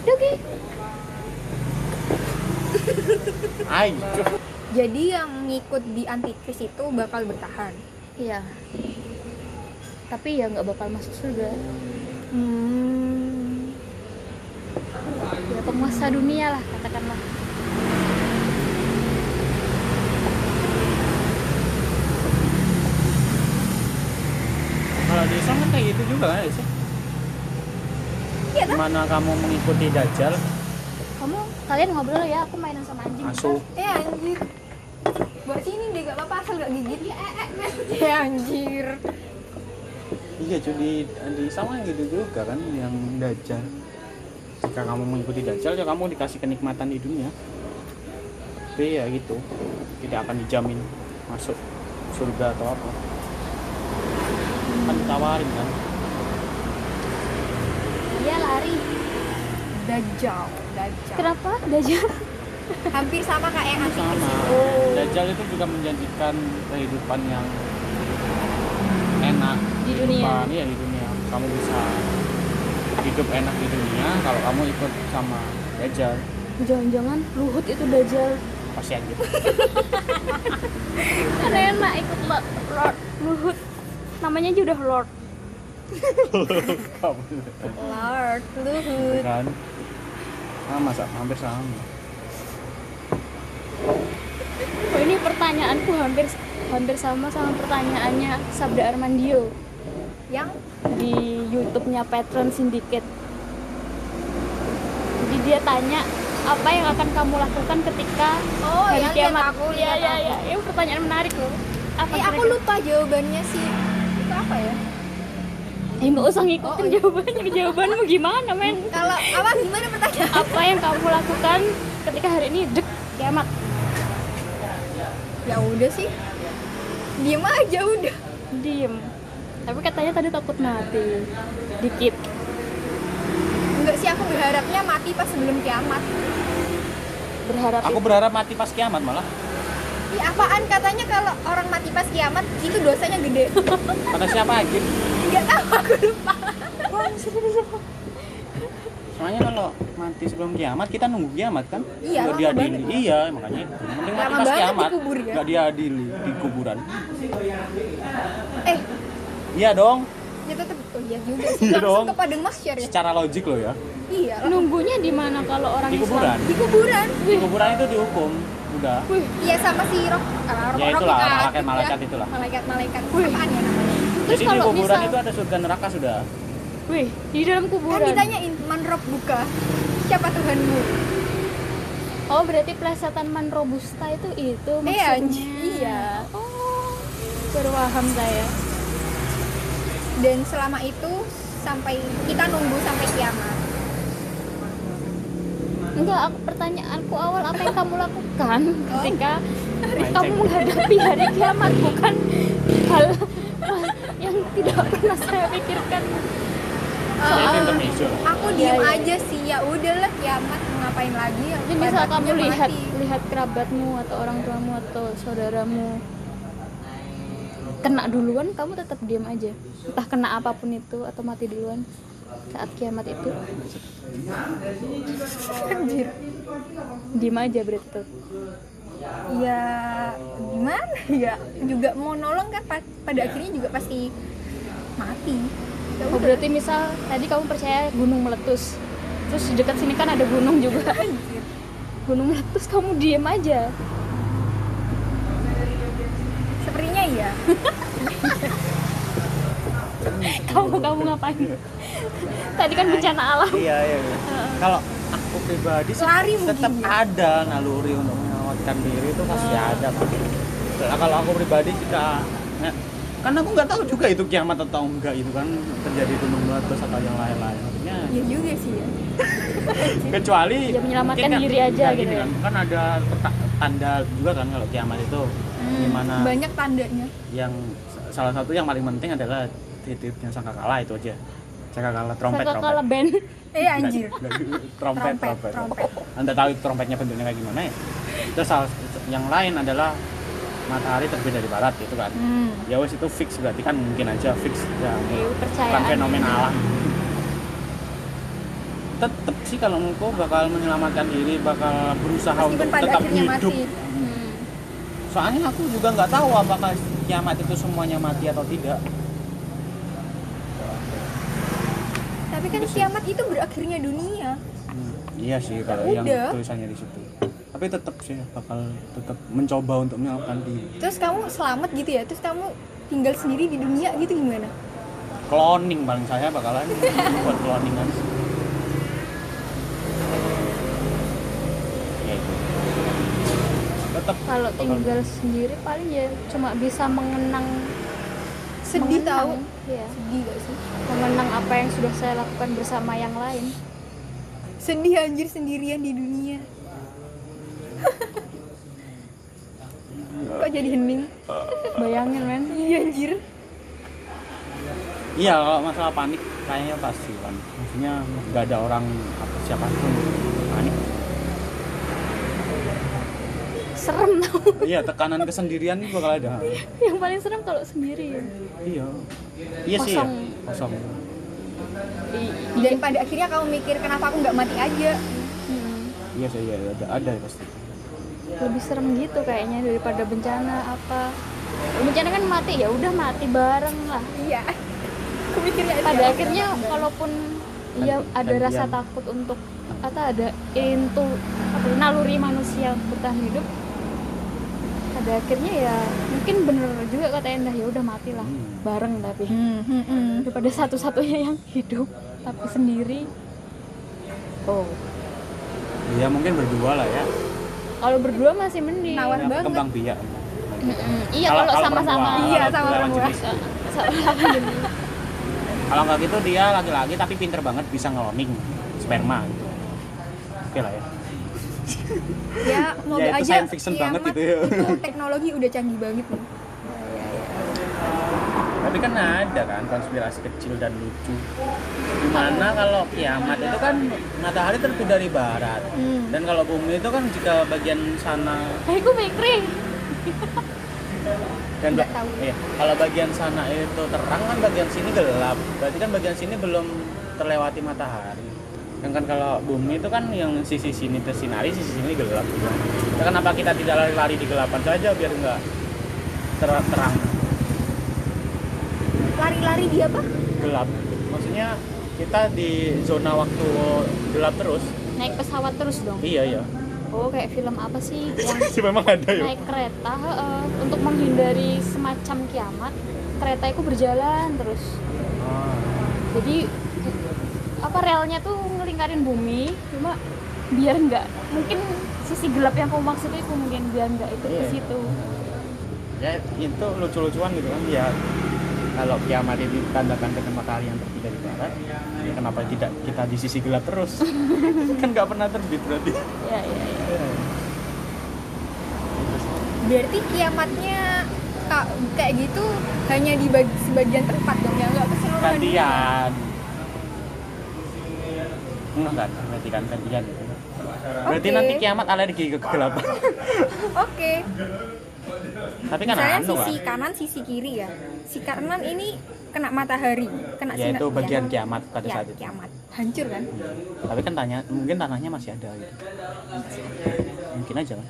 D: Dogi
C: Ayo,
B: jadi yang ngikut di antikris itu bakal bertahan
D: iya tapi ya nggak bakal masuk surga
B: hmm.
D: ya penguasa dunia lah katakanlah
C: kalau di Islam kan kayak gitu juga kan sih
B: Iya,
D: kan?
C: Dimana kamu mengikuti dajjal
D: kamu kalian ngobrol ya aku mainan sama anjing
C: masuk
B: eh anjir buat sini deh gak apa-apa asal gak gigit ya eh, eh, men. ya anjir
C: iya jadi di Islam kan gitu juga kan yang dajjal jika kamu mengikuti dajjal ya kamu dikasih kenikmatan di dunia tapi ya gitu tidak akan dijamin masuk surga atau apa kan ditawarin kan
D: Iya lari.
B: dajjal dajjal
D: Kenapa? Dajjal.
B: hampir sama kayak antikris
C: sama
B: itu
C: Dajjal itu juga menjanjikan kehidupan yang enak
D: Di dunia.
C: Kehidupan, iya di dunia kamu bisa hidup enak di dunia kalau kamu ikut sama Dajjal
D: Jangan-jangan Luhut itu Dajjal.
C: pasti aja
D: Karena enak ikut Lo- Lord Luhut. Namanya aja udah Lord.
C: kamu
B: lord luhut
C: kan sama Sa. hampir sama
D: Oh, ini pertanyaanku hampir hampir sama sama pertanyaannya Sabda Armandio
B: yang
D: di YouTube-nya Patron Syndicate. Jadi dia tanya apa yang akan kamu lakukan ketika
B: oh
D: hari
B: yang lihat
D: kiamat?
B: aku
D: Iya
B: lihat
D: iya
B: aku.
D: iya. Ini pertanyaan menarik loh. Apa
B: eh aku
D: kira-kira?
B: lupa jawabannya sih itu apa ya
D: Eh nggak usah ngikutin
B: Oh, iya.
D: jawabannya. Jawabanmu gimana men?
B: kalau apa gimana pertanyaan
D: apa yang kamu lakukan ketika hari ini dek kiamat
B: ya udah sih diem aja udah
D: diem tapi katanya tadi takut mati dikit
B: enggak sih aku berharapnya mati pas sebelum kiamat
D: berharap
C: aku
D: itu-
C: berharap mati pas kiamat malah
B: Ih, apaan katanya kalau orang mati pas kiamat itu dosanya gede
C: kata siapa aja
B: nggak tahu aku lupa
C: soalnya kalau mati sebelum kiamat kita nunggu kiamat kan
B: Iya,
C: Nggak
B: lama
C: diadili iya makanya itu mending mati
B: Lama
C: pas
B: banget
C: kiamat
B: di kubur ya.
C: nggak diadili di kuburan
B: eh
C: iya dong
B: ya tetep oh iya juga sih
C: Iya
B: langsung
C: dong.
B: ke padang mahsyar ya
C: secara logik loh ya
B: iya lah.
D: Nunggunya di mana kalau orang
C: di kuburan
B: di kuburan
C: di kuburan itu dihukum udah
B: iya sama si roh ah, roh
C: ya
B: roh-
C: itulah
B: roh-
C: malaikat malaikat
B: ya.
C: itulah
B: malaikat malaikat apaan ya namanya
D: Terus
C: jadi di
D: kalau
C: kuburan
D: misal-
C: itu ada surga neraka sudah
D: Islam? Wih, di dalam
B: kan
D: kuburan.
B: ditanyain manrob buka siapa Tuhanmu
D: Oh, berarti plesetan man robusta itu itu
B: Iya,
D: maksudnya.
B: anj- iya.
D: Oh, baru paham saya.
B: dan selama itu sampai kita nunggu sampai kiamat
D: Enggak, aku, pertanyaanku awal apa yang kamu lakukan ketika kamu
C: Mancing.
D: menghadapi hari kiamat bukan hal yang tidak pernah saya pikirkan.
C: jadi itu
B: Eh,
C: intermezzo lah.
B: aku diem
D: Iya, iya.
B: aja sih ya udahlah kiamat mau ngapain lagi ya
D: Jadi misal kamu
B: Kiamatnya
D: lihat
B: mati.
D: lihat kerabatmu atau orang tuamu atau saudaramu kena duluan, kamu tetap diam aja. Entah kena apapun itu atau mati duluan saat kiamat itu.
B: Anjir.
D: Diam aja berarti tuh.
B: ya gimana ya juga mau nolong kan pa- pada
C: Ya.
B: akhirnya juga pasti mati Ya
D: Oh, berarti misal tadi kamu percaya gunung meletus. Terus di dekat sini kan ada gunung juga.
B: Anjir.
D: Gunung meletus kamu diem aja.
B: sepertinya iya
D: Kamu kamu ngapain? Tadi kan bencana alam.
C: iya iya iya. kalau aku pribadi sih
B: Lari mungkin
C: tetap
B: ya.
C: ada naluri untuk menyelamatkan diri itu pasti
D: Oh.
C: ada Pak. Nah, kalau aku pribadi jika nah, kan aku nggak tahu juga itu kiamat atau enggak itu kan terjadi gunung meletus atau yang lain-lain Maksudnya,
B: iya juga sih ya
C: kecuali
D: Ya, menyelamatkan
C: mungkin kan-
D: diri aja
C: kan
D: gitu
C: gini
D: ya.
C: kan, kan ada peta- tanda juga kan kalau kiamat itu gimana
B: Hmm, banyak tandanya
C: yang salah satu yang paling penting adalah titipnya sangkakala itu aja sangkakala trompet
D: Saka
C: trompet
D: kalah band.
B: eh anjir
C: gitu. trompet, trompet,
B: trompet.
C: Anda tahu trompetnya bentuknya kayak gimana ya? Terus hal- yang lain adalah matahari terbit dari barat gitu kan.
B: Hmm.
C: Ya wes itu fix berarti kan mungkin aja fix ya.
D: Iya,
C: Bukan
D: percayaan.
C: fenomena alam. Tetap sih kalau menurutku bakal menyelamatkan diri, bakal berusaha
B: meskipun
C: untuk
B: pada
C: tetap
B: akhirnya
C: hidup.
B: mati
D: Hmm.
C: Soalnya aku juga nggak tahu apakah kiamat itu semuanya mati atau tidak.
B: tapi kan kiamat itu berakhirnya dunia
C: Hmm, iya sih kalau yang
B: Udah.
C: tulisannya di situ. Tapi tetap sih bakal tetap mencoba untuk menyelamatkan diri.
B: terus kamu selamat gitu ya terus kamu tinggal sendiri di dunia gitu gimana
C: cloning paling saya bakalan buat cloningan ya itu tetap
D: Kalau tinggal sendiri paling ya cuma bisa mengenang
B: sedih tahu
D: mengenang, Iya.
B: sedih gak sih
D: Mengenang apa yang sudah saya lakukan bersama yang lain.
B: sedih anjir sendirian di dunia kok jadi hening
D: Bayangin men.
B: iya anjir
C: iya kalau masalah panik kayaknya pasti kan maksudnya nggak ada orang apa siapapun panik
D: Serem tau.
C: iya tekanan kesendirian itu bakal ada
D: Yang paling serem kalau sendiri. ya.
C: iya iya sih ya kosong
D: Kosong.
B: dan pada akhirnya kamu mikir kenapa aku nggak mati aja
D: Hmm.
C: iya sih iya ada ada pasti
D: lebih serem gitu kayaknya daripada bencana apa bencana kan mati ya udah mati bareng lah
B: iya aku mikirnya itu
D: pada
B: ya.
D: akhirnya kalaupun iya
C: Dan-
D: ada
C: dan
D: rasa
C: diam.
D: takut untuk atau ada intu apa, naluri manusia untuk bertahan hidup pada akhirnya ya mungkin bener juga kata Endah ya udah mati lah
C: Hmm.
D: bareng tapi
B: Hmm, hmm, hmm.
D: daripada satu-satunya yang hidup tapi sendiri oh
C: iya mungkin berdua lah ya
D: kalau berdua masih mending
B: Nawar.
C: Karena
B: banget.
C: kembang biak
D: Mm-mm. iya kalau sama-sama
C: perempuan,
B: Iya,
C: kalau
B: sama
C: lawan
B: perempuan.
C: jenis.
D: Sama-sama jenis.
C: kalau nggak gitu dia laki-laki tapi pinter banget bisa ngeloning sperma gitu oke lah ya
B: ya moga
C: itu
B: aja
C: science fiction banget
B: kiamat
C: gitu ya.
B: itu teknologi udah canggih banget nih
C: tapi kan ada kan konspirasi kecil dan lucu dimana kalau kiamat itu kan matahari terbit dari barat
B: Hmm.
C: dan kalau bumi itu kan jika bagian sana
D: Eh, gue mikring.
C: dan
B: Nggak
C: ba-
B: tahu.
C: iya, kalau bagian sana itu terang kan bagian sini gelap berarti kan bagian sini belum terlewati matahari Dan kan kalau bumi itu kan yang sisi sini tersinari, sisi sini gelap. Ya, kenapa kita tidak lari-lari di gelapan saja biar nggak ter- terang
B: lari-lari di apa
C: gelap? Maksudnya kita di zona waktu gelap terus.
D: naik pesawat terus dong
C: Iya iya.
D: oh kayak film apa sih yang
C: Sih memang ada
D: naik kereta heeh, untuk menghindari semacam kiamat kereta itu berjalan terus
C: Ah.
D: jadi apa relnya tuh ngelingkarin bumi cuma biar nggak mungkin sisi gelap yang kamu maksud itu mungkin biar nggak ikut ke
C: Iya.
D: situ
C: ya itu lucu-lucuan gitu kan ya kalau kiamat itu tanda-tanda matahari yang terbit dari barat ya kenapa tidak kita di sisi gelap terus kan nggak pernah terbit berarti
B: Iya.
D: ya ya, ya.
B: berarti kiamatnya ka- kayak gitu hanya di bag- sebagian tempat dong ya nggak
C: Kan
B: keseluruhan dunia.
C: gantian enggak enggak berarti kan gantian berarti
B: Oke.
C: nanti kiamat alergi ke kegelapan
B: oke
C: tapi kan
B: misalnya
C: anu
B: sisi
C: kan
B: kanan sisi kiri ya si kanan ini kena matahari kena
C: ya
B: sinar
C: itu bagian
B: kiamat
C: kiamat pada
B: ya,
C: saat itu
B: kiamat hancur kan
C: tapi kan tanya mungkin tanahnya masih ada gitu mungkin aja kan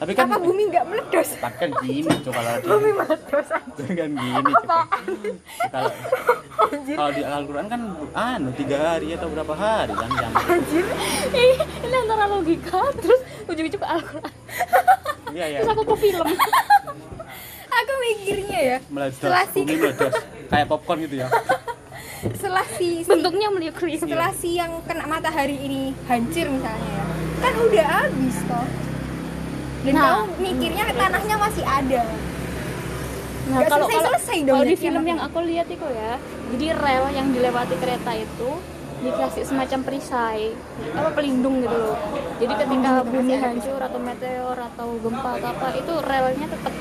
C: tapi kan
B: apa bumi nggak meledos
C: Tapi kan gini coba kalau di-
B: bumi meledos
C: kan gini coba kalau kalau di Al-Quran kan anu tiga hari atau berapa hari kan yang
B: anjir
D: Ih, ini antara logika terus ujung-ujung ke Al-Quran
C: iya ya
D: terus aku ke film
B: aku mikirnya ya
C: meledos
B: setelah si
C: bumi meledos kayak popcorn gitu ya
B: setelah si, si
D: bentuknya
C: Iya.
D: meliuk-liuk
B: setelah si yang kena matahari ini hancur misalnya ya kan udah habis toh dan
D: Nah.
B: kamu mikirnya tanahnya masih ada
D: Nah,
B: Nggak
D: kalau kalau,
B: selesai-selesai dong
D: kalau di
B: berarti
D: film
B: anak.
D: yang aku lihat itu ya, jadi rel yang dilewati kereta itu dikasih semacam perisai, apa pelindung gitu loh. Jadi
B: Ah,
D: ketika bumi hancur atau meteor atau gempa atau apa itu relnya tetap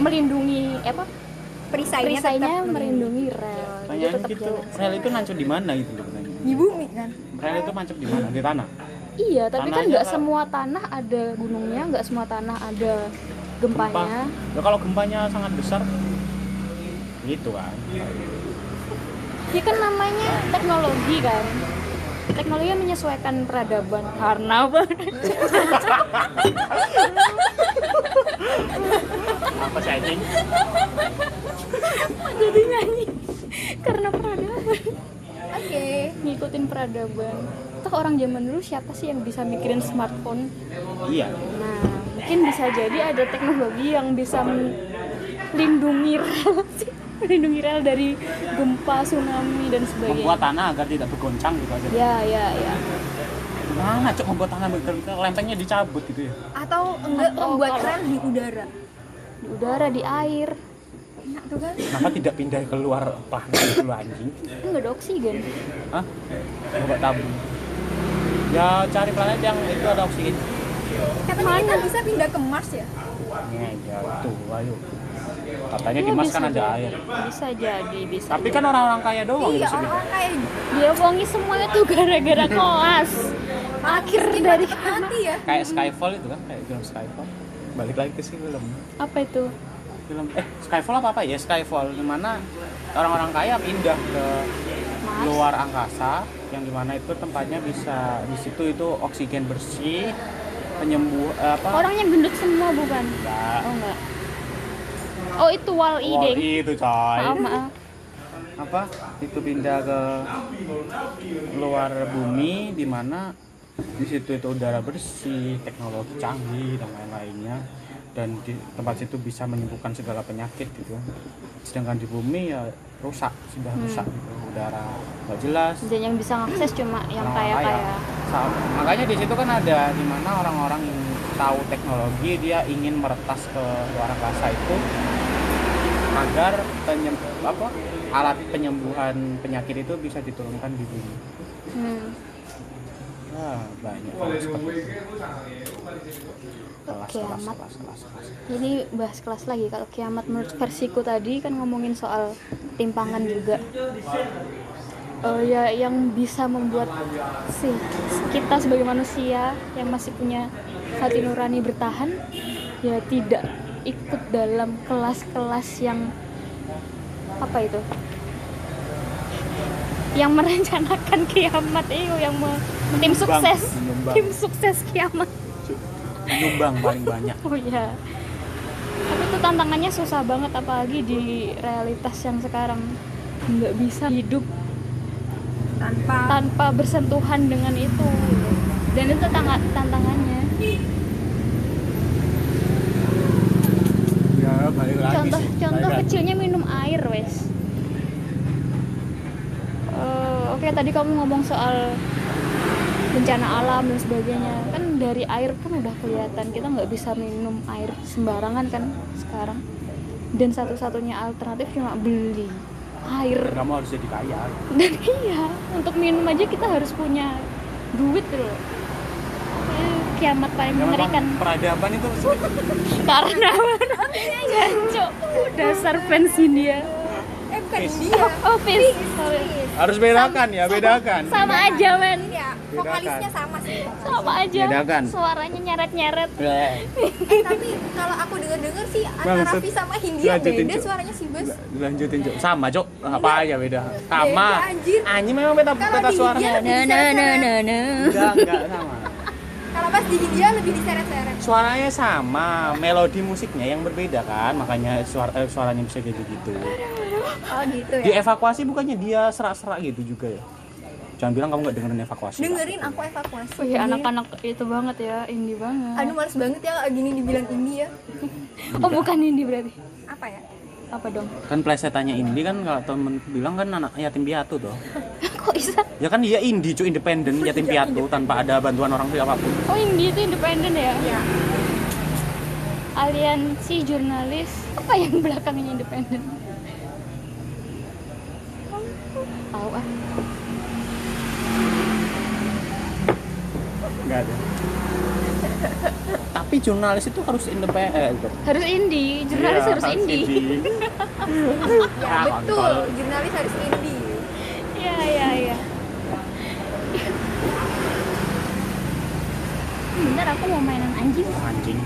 D: melindungi apa
B: perisainya,
D: perisainya
B: tetap
D: melindungi rel jadi
C: tanya
D: tetap
C: gitu
D: jalan
C: rel itu nancep di mana gitu loh pertanyaan.
B: di bumi kan
C: rel itu nancep di mana di tanah
D: iya tapi kan
C: Tanahnya
D: nggak
C: kan-
D: semua tanah ada gunungnya nggak semua tanah ada gempanya
C: ya kalau gempanya sangat besar gitu kan
D: Ya kan namanya teknologi kan. Teknologi yang menyesuaikan peradaban karena apa?
C: apa sih anjing
D: jadi nyanyi karena peradaban
B: oke
D: ngikutin peradaban toh orang zaman dulu siapa sih yang bisa mikirin smartphone
C: iya
D: nah mungkin bisa jadi ada teknologi yang bisa melindungi rel sih. melindungi rel dari gempa tsunami dan
C: membuat
D: sebagainya
C: tanah agar tidak bergoncang gitu aja
D: ya ya ya
C: mana cok membuat tanah bergoncang lempengnya dicabut gitu ya
B: atau enggak
D: Atau
B: membuat
D: kalau-
B: rel di udara
D: di udara di air
B: enak tuh kan
C: kenapa tidak pindah keluar planet dulu anjing
D: nggak ada oksigen
C: Hah? Obat tabung. Ya cari planet yang itu ada oksigen.
B: katanya kita bisa pindah ke Mars ya
C: Ya, ya tuh, ayo. Katanya
D: Iya,
C: di Mas
D: bisa
C: kan ada
D: jadi.
C: air.
D: Bisa jadi, bisa.
C: Tapi kan orang-orang kaya
D: Oh,
C: doang
B: iya
C: yang bisa
B: orang-orang kayak
D: dia wongi semuanya tuh gara-gara kelas.
B: akhir dari mati ya
C: Kayak Skyfall itu kan, kayak film Skyfall. Balik lagi ke sih film.
D: Apa itu?
C: Film eh Skyfall apa apa ya? Skyfall di mana orang-orang kaya pindah ke
D: Mars.
C: luar angkasa yang dimana itu tempatnya bisa di situ itu oksigen bersih penyembuh eh, apa
D: Orangnya gendut semua bukan?
C: Enggak.
D: Oh enggak. Oh itu wall E deng.
C: Wall-E itu coy
D: Maaf maaf.
C: apa itu pindah ke luar bumi di mana di situ itu udara bersih teknologi canggih dan lain-lainnya dan di tempat situ bisa menyembuhkan segala penyakit gitu sedangkan di bumi ya rusak sudah rusak gitu udara nggak jelas
D: Dan yang bisa ngakses cuma yang
C: orang
D: kaya-kaya.
C: Ah, Sama. makanya di situ kan ada di mana orang-orang yang tahu teknologi dia ingin meretas ke luar angkasa itu agar penyem, apa alat penyembuhan penyakit itu bisa diturunkan di bumi.
D: Hmm.
C: Ah, banyak hal seperti itu. Kelas, kelas,
D: Kiamat.
C: kelas, kelas, kelas.
D: Jadi bahas kelas lagi kalau kiamat menurut versiku tadi kan ngomongin soal timpangan juga. Eh, ya yang bisa membuat si kita sebagai manusia yang masih punya hati nurani bertahan ya tidak ikut dalam kelas-kelas yang apa itu? yang merencanakan kiamat iyo yang me- tim
C: Menyumbang,
D: sukses
C: menyumbang.
D: tim sukses kiamat
C: nyumbang paling banyak
D: oh ya tapi itu tantangannya susah banget apalagi di realitas yang sekarang nggak bisa hidup
B: tanpa
D: tanpa bersentuhan dengan itu dan itu tanga- tantangannya
C: ya balik lagi
D: contoh
C: sih,
D: contoh gitu.
C: balik lagi.
D: kecilnya minum air wes Eh, oke tadi kamu ngomong soal bencana alam dan sebagainya kan dari air pun udah kelihatan kita nggak bisa minum air sembarangan kan sekarang dan satu-satunya alternatif cuma beli air
C: Dan kamu harus jadi kaya
D: dan iya untuk minum aja kita harus punya duit loh Eh, kiamat paling
C: ya memang
D: mengerikan
C: peradaban itu seperti
D: karena jancok dasar fans India
B: eh bukan
C: Fish.
B: India
D: oh fans sorry.
C: harus bedakan ya bedakan
D: sama aja men
B: ini ya vokalisnya sama sih
D: sama aja
C: Bedakan.
D: suaranya nyeret nyeret
C: Eh,
B: Eh, tapi kalau aku denger dengar sih antara
C: Bangsat.
B: Raffi sama Hindia
C: Lanjutin,
B: beda
C: Cuk. Nah.
B: suaranya sih Bas
C: lanjutin cok sama cok apa aja beda sama Ah,
B: Beda, anjir.
C: anjing memang beda
B: Kalau
C: peta
B: di
C: suaranya
D: Nah,
B: India lebih diseret-seret.
C: enggak enggak sama
B: Kalau pas di Hindia lebih diseret-seret
C: suaranya sama melodi musiknya yang berbeda kan makanya suara eh, suaranya bisa kayak gitu
B: Oh gitu ya
C: dievakuasi bukannya dia serak-serak gitu juga ya jangan bilang kamu nggak dengerin evakuasi
B: Dengerin aku evakuasi
D: Wih, anak-anak itu banget ya indie banget
B: Aduh males banget ya kalau gini dibilang India
D: oh bukan indie berarti
B: Apa ya?
D: apa dong
C: kan plesetannya Indi kan kalau temen bilang kan anak yatim piatu tuh
D: kok bisa
C: ya kan dia Indi cuy independen yatim piatu tanpa ada bantuan orang tua apapun
D: oh indie itu independen ya
B: Ya
D: aliansi jurnalis apa yang belakangnya independen tahu ah
C: nggak ada tapi jurnalis itu harus independen eh, itu.
D: harus indie jurnalis
C: Iya,
D: harus indie
B: Ya
C: Ah,
B: betul,
C: kontol.
B: jurnalis harus indie
D: Iya, iya, iya. Bentar aku mau mainan anjing.
C: anjing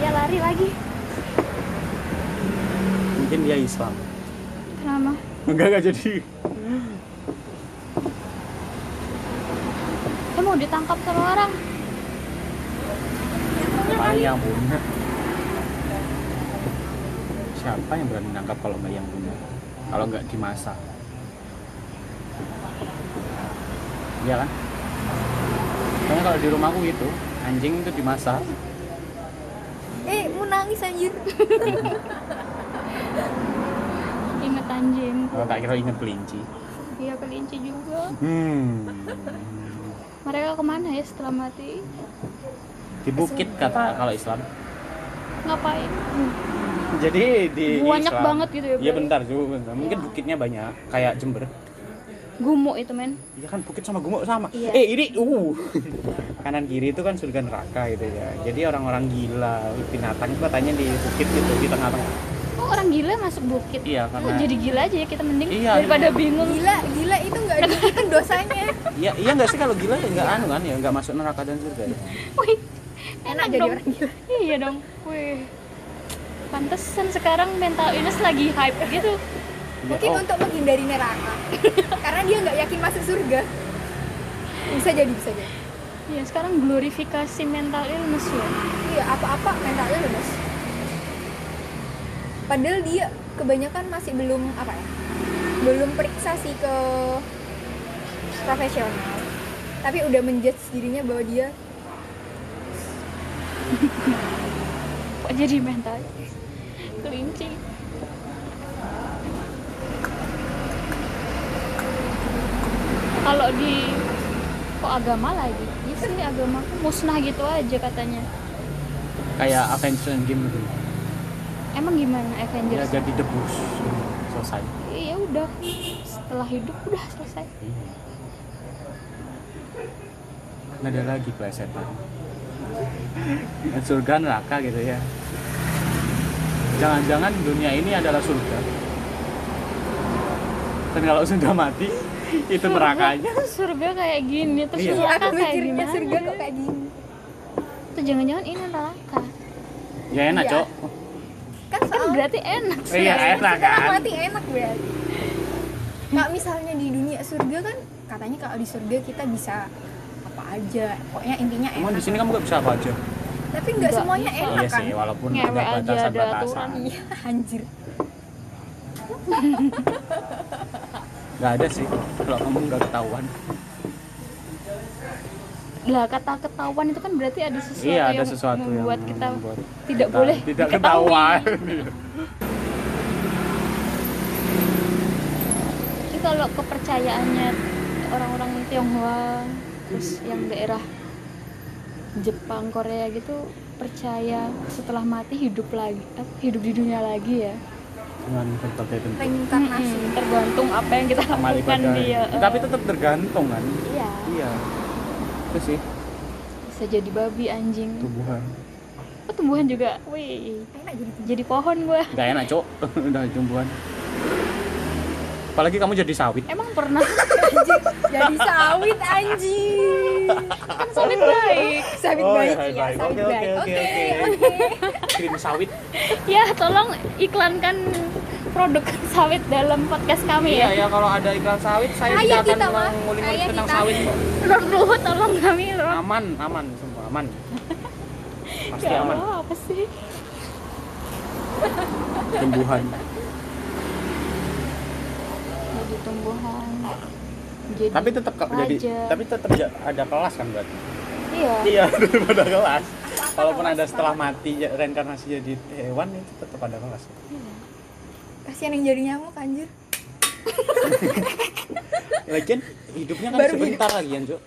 D: Dia lari lagi.
C: mungkin dia Islam
D: Kenapa?
C: enggak enggak jadi
D: Dia mau ditangkap sama orang.
C: paling yang punya siapa yang berani nangkap kalau nggak yang punya kalau nggak dimasak iya kan soalnya kalau di rumahku gitu anjing itu dimasak
B: Eh mau nangis anjir
D: Ingat anjing.
C: kalau tak kira inget kelinci
D: Iya, kelinci juga.
C: hmm
D: Mereka kemana ya setelah mati?
C: di bukit kata kalau Islam
D: Ngapain?
C: jadi di
D: Banyak
C: Islam-
D: banget gitu ya, Iya.
C: iya
D: Bray?
C: bentar juga mungkin bukitnya banyak kayak Jember
D: Gumuk itu, men.
C: Iya kan bukit sama gumuk sama.
D: Iya.
C: Eh ini uh kanan kiri itu kan surga neraka gitu ya. Jadi orang-orang gila binatang itu katanya di bukit gitu di tengah-tengah.
D: Oh, orang gila masuk bukit.
C: Iya
D: Oh,
C: karena
D: jadi gila aja ya kita mending
C: Iya,
D: daripada
C: iya.
D: bingung.
B: Gila, gila itu nggak dihitung dosanya
C: iya iya nggak sih kalau gila ya nggak anu kan ya nggak masuk neraka dan surga
D: Iya.
C: ya.
D: Wih,
B: Enak
D: enak
B: jadi
D: dong.
B: orang gila.
D: Iya dong. Wih. Pantesan sekarang mental illness lagi hype gitu.
B: Mungkin
C: oh,
B: untuk menghindari neraka Karena dia nggak yakin masuk surga Bisa jadi, bisa jadi
D: Ya sekarang glorifikasi mental illness ya.
B: Iya, apa-apa mentalnya udah mas. Padahal dia kebanyakan masih belum apa ya? Belum periksa sih ke profesional. Tapi udah menjudge dirinya bahwa dia
D: Kok jadi mental illness? Kelinci. Kalau di kok agama lagi? Ya sih agama musnah gitu aja katanya.
C: kayak Avengers Endgame
D: Iya.
C: gitu.
D: Emang gimana
C: Dia
D: Avengers?
C: jadi debus selesai.
D: Iya udah setelah hidup udah selesai.
C: Iya. Nggak Kan ada lagi plesetan. surga neraka gitu ya. Jangan-jangan dunia ini adalah surga. Dan kalau sudah mati, itu nerakanya.
D: surga kayak gini terus
C: Iya.
D: neraka
B: aku
D: kayak
B: mikirnya
D: gimana?
B: surga kok kayak gini.
D: Tuh jangan-jangan ini neraka.
C: Ya enak,
B: Iya.
C: Cok.
B: Kan
D: Kan
B: soal
D: berarti enak.
C: Iya, enak
B: setelah
C: kan?
B: mati enak berarti. Kak misalnya di dunia surga kan katanya kalau di surga kita bisa apa aja. Pokoknya intinya
C: Emang di
B: enak.
C: sini kamu gak bisa apa aja?
B: Tapi nggak
D: Nggak
B: semuanya
D: bisa.
B: enak
C: Iya
B: kan?
C: sih, walaupun ada
D: Ngewek Iya aja ada
C: batasan-batasan.
D: aturan.
B: Iya, anjir.
C: Gak ada sih, kalau kamu gak ketahuan.
D: Lah kata ketahuan itu kan berarti ada sesuatu
C: iya, ada
D: yang
C: sesuatu yang
D: membuat kita
C: membuat
D: tidak
C: kita
D: boleh
C: tidak
D: diketahui.
C: ketahuan.
D: Ini kalau kepercayaannya orang-orang Tionghoa terus yang daerah Jepang, Korea gitu percaya setelah mati hidup lagi apa, hidup di dunia lagi ya.
C: Dengan berbagai bentuk
B: Reinkarnasi.
D: Mm-mm, tergantung apa yang kita
C: amal
D: lakukan
C: ibadah. ya.
D: dia. eh,
C: Tapi tetap tergantung kan?
D: iya,
C: Iya. Itu sih
D: bisa jadi babi, anjing.
C: tubuhan.
D: Oh, tumbuhan juga. Wih,
B: Enak jadi
D: jadi pohon gue.
C: Gak enak, Cok. Udah tumbuhan. Apalagi kamu jadi sawit.
D: Emang pernah
B: anjir. Jadi sawit anjing.
D: kan sawit baik.
B: Sawit
C: Oh,
B: baik
C: ya,
B: ya,
C: baik.
B: sawit
C: Oke,
B: baik.
C: oke,
B: Oke,
C: oke,
B: oke.
C: Kirim sawit.
D: Ya, tolong iklankan produk sawit dalam podcast kami
C: Iya,
D: ya.
C: ya kalau ada iklan sawit saya
B: Ayo
C: tidak
B: kita, Ma.
C: akan mengulik-ulik
B: Ayo
C: tentang
B: kita.
C: sawit kok.
D: Lord Luhut tolong kami Lord.
C: Aman, aman semua aman. Pasti
D: Ya
C: aman.
D: Allah, apa sih?
C: Tumbuhan.
D: Jadi tumbuhan. Jadi
C: Tapi tetap kok jadi
D: raja.
C: tapi tetap ja- ada kelas kan berarti.
D: iya.
C: Iya, tetap ada kelas. Walaupun ada setelah mati ya, reinkarnasi jadi hewan itu tetap ada kelas.
B: Kasihan yang jari nyamuk anjir.
C: Lagian hidupnya kan
B: Baru
C: sebentar lagi kan, Cok.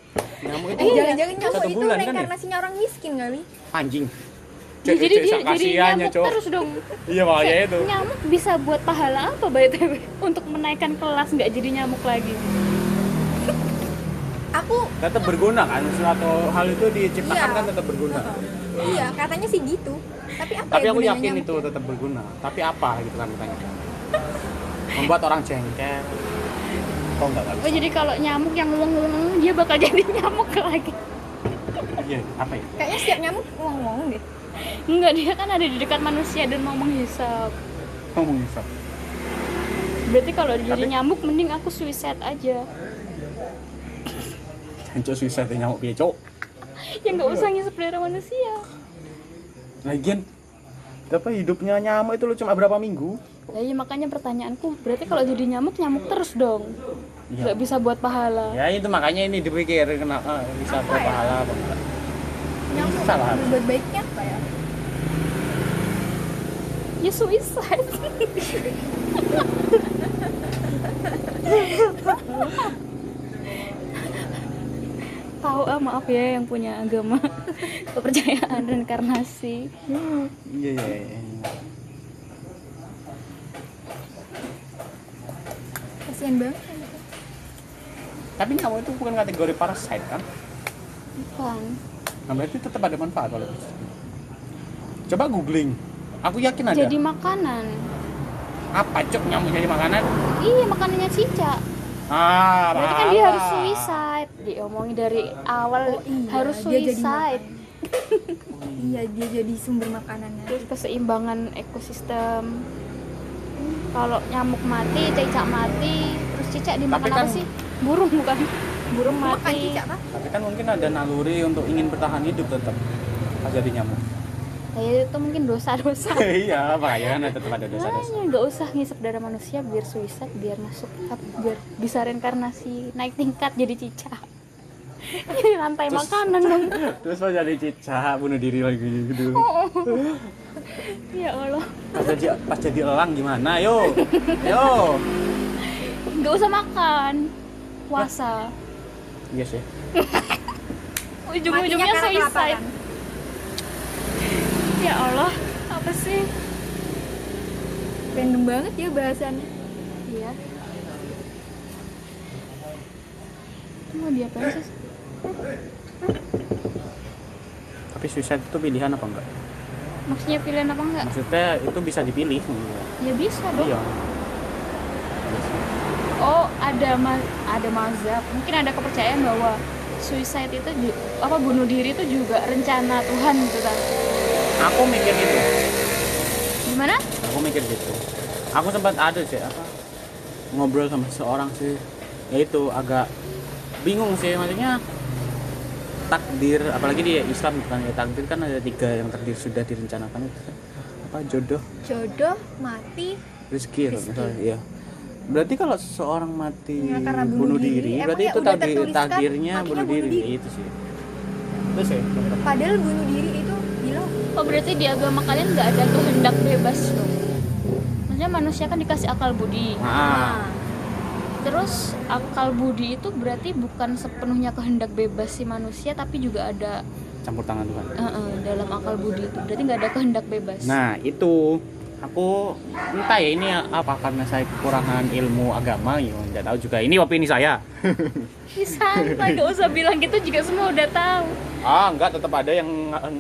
C: Nyamuk itu
B: Eh, jangan-jangan nyamuk
C: iya. satu
B: itu
C: bulan kan ya?
B: reinkarnasinya orang miskin kali.
C: Anjing.
D: Ya,
C: Cek,
D: jadi
C: cek,
D: dia
C: sak
D: jadi
C: kasihannya,
D: nyamuk
C: Cok.
D: terus dong.
C: Iya, makanya itu.
D: Nyamuk bisa buat pahala apa by the way? Untuk menaikkan kelas nggak jadi nyamuk lagi.
B: Aku
C: Tetap berguna kan suatu hal itu diciptakan
B: Iya.
C: kan tetap berguna.
B: iya, katanya sih gitu. Tapi apa
C: Tapi
B: ya
C: aku
B: gunanya
C: yakin
B: nyamuk
C: itu
B: ya?
C: tetap berguna. Tapi apa gitu kan tanya Membuat orang jengkel. Kok enggak kan?
D: Oh, jadi kalau nyamuk yang ngomong-ngomong dia bakal jadi nyamuk lagi.
C: Iya, apa ya?
B: Kayaknya setiap nyamuk ngomong deh.
D: Enggak, dia kan ada di dekat manusia dan mau menghisap.
C: Ngomong hisap.
D: Berarti kalau jadi
C: Tapi-
D: nyamuk mending aku suicide aja.
C: Jancu susah deh nyamuk piye, Cok.
D: Ya nggak
C: Iya.
D: usah ngisap darah manusia.
C: Lagian apa hidupnya nyamuk itu lu cuma berapa minggu?
D: Lah iya makanya pertanyaanku, berarti kalau jadi nyamuk nyamuk terus dong.
C: Iya.
D: Nggak bisa buat pahala.
C: Ya itu makanya ini dipikir kena eh,
B: Apa
C: bisa
D: Iya.
B: ya?
C: berpahala apa enggak.
B: Nyamuk
C: Bisa lah.
B: berbuat baiknya apa ya? Iya.
D: Ya suicide. Tahu ah maaf ya yang punya agama kepercayaan reinkarnasi.
C: Iya, iya, iya.
B: Kasihan banget.
C: Tapi nyamuk itu bukan kategori parasit kan?
D: Bukan.
C: Nah, berarti tetap ada manfaat kalau itu. Coba googling. Aku yakin ada.
D: Jadi makanan.
C: Apa cok nyamuk jadi makanan?
D: Iya makanannya cicak.
C: Ah,
D: Berarti kan dia
C: malah.
D: harus suicide. Diomongin dari awal
B: Oh, iya,
D: harus
B: dia jadi
D: suicide.
B: Iya, dia jadi sumber makanannya.
D: Terus keseimbangan ekosistem. Kalau nyamuk mati, cicak mati, terus cicak dimakan
C: Tapi kan-
D: apa sih? Burung bukan? Burung
B: Makan
D: mati.
B: cicak apa?
C: Tapi kan mungkin ada naluri untuk ingin bertahan hidup tetap pas jadi nyamuk.
D: Ya itu mungkin dosa-dosa.
C: iya, makanya kan tetap ada dosa-dosa.
D: Makanya nggak usah ngisep darah manusia biar suicide, biar masuk up, biar bisa reinkarnasi, naik tingkat jadi cicak. Jadi lantai
C: Terus-
D: makanan dong.
C: Terus pas jadi cicak bunuh diri lagi gitu.
D: ya Allah.
C: Pas jadi pas jadi elang gimana? Yo. Yo.
D: Nggak usah makan. Puasa.
C: Iya sih.
D: Ujung-ujungnya
B: Matinya karena
D: suicide.
B: kelaparan.
D: Ya Allah, apa sih?
B: Random banget ya bahasannya.
D: Iya. Mau diapain sih?
C: Tapi suicide itu pilihan apa enggak?
D: Maksudnya pilihan apa enggak?
C: Maksudnya itu bisa dipilih.
D: Ya bisa dong.
C: Iya.
D: Oh, ada ma- ada mazhab. Mungkin ada kepercayaan bahwa suicide itu ju- apa bunuh diri itu juga rencana Tuhan gitu kan.
C: Aku mikir gitu.
D: Gimana?
C: aku mikir gitu aku sempat ada sih apa ngobrol sama seorang sih ya itu agak bingung sih maksudnya takdir apalagi di Islam kan ya takdir kan ada tiga yang takdir sudah direncanakan itu kan. apa jodoh
B: jodoh mati
C: rezeki ya,
B: Rezeki.
C: misalnya ya berarti kalau seseorang mati
B: Ya, karena
C: bunuh,
B: bunuh
C: diri,
B: diri,
C: berarti
B: emangnya
C: itu
B: udah
C: takdir
B: tertuliskan
C: takdirnya
B: matinya
C: bunuh
B: bunuh
C: diri.
B: diri?
C: itu sih itu sih menurut aku.
B: padahal bunuh diri itu gila
D: Oh berarti di agama kalian nggak ada kehendak bebas dong. Maksudnya manusia kan dikasih akal budi.
C: Ah.
D: Terus akal budi itu berarti bukan sepenuhnya kehendak bebas si manusia tapi juga ada
C: campur tangan Tuhan
D: eh, eh, dalam akal budi itu. Berarti nggak ada kehendak bebas.
C: Nah itu aku entah ya ini apa karena saya kekurangan ilmu agama ya nggak tahu juga ini opini saya
D: Ih, santai nggak usah bilang gitu juga semua udah tahu.
C: ah nggak tetap ada yang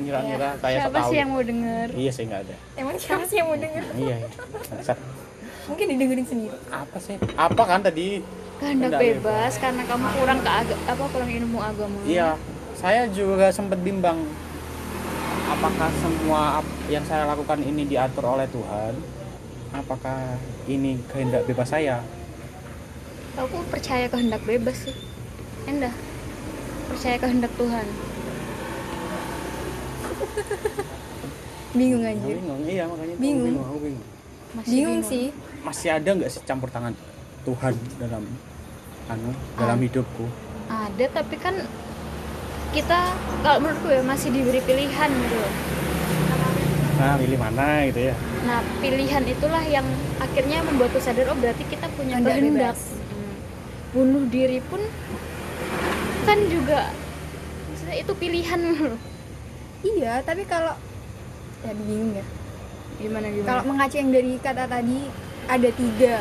C: ngira-ngira saya
D: Iya, Siapa
C: tahu
D: sih yang mau denger?
C: iya sih nggak ada
B: emang siapa sih yang mau denger
C: iya iya. Bangsat.
B: mungkin didengerin sendiri
C: apa sih apa kan tadi
D: Kehendak
C: Kehendak
D: bebas karena kamu kurang ke aga- apa kurang ilmu agama.
C: iya saya juga sempat bimbang apakah semua ap- yang saya lakukan ini diatur oleh Tuhan apakah ini kehendak bebas saya
D: Aku percaya kehendak bebas sih. Endah. Percaya kehendak Tuhan.
B: bingung
C: Aku
B: anjir
C: bingung iya makanya itu aku
B: Bingung.
C: aku bingung
B: bingung sih
C: masih ada nggak sih campur tangan Tuhan dalam anu
D: Ah.
C: dalam hidupku
D: Ada tapi kan kita kalau menurutku ya masih diberi pilihan gitu. loh.
C: nah milih mana gitu ya
D: Nah, pilihan itulah yang akhirnya membuatku sadar oh berarti kita punya
B: Kehendak
D: kehendak.
B: bebas.
D: Hmm. Bunuh diri pun kan juga maksudnya itu pilihan loh.
B: iya tapi kalau ya bingung ya
D: Gimana gimana?
B: kalau mengacu yang dari kata tadi ada tiga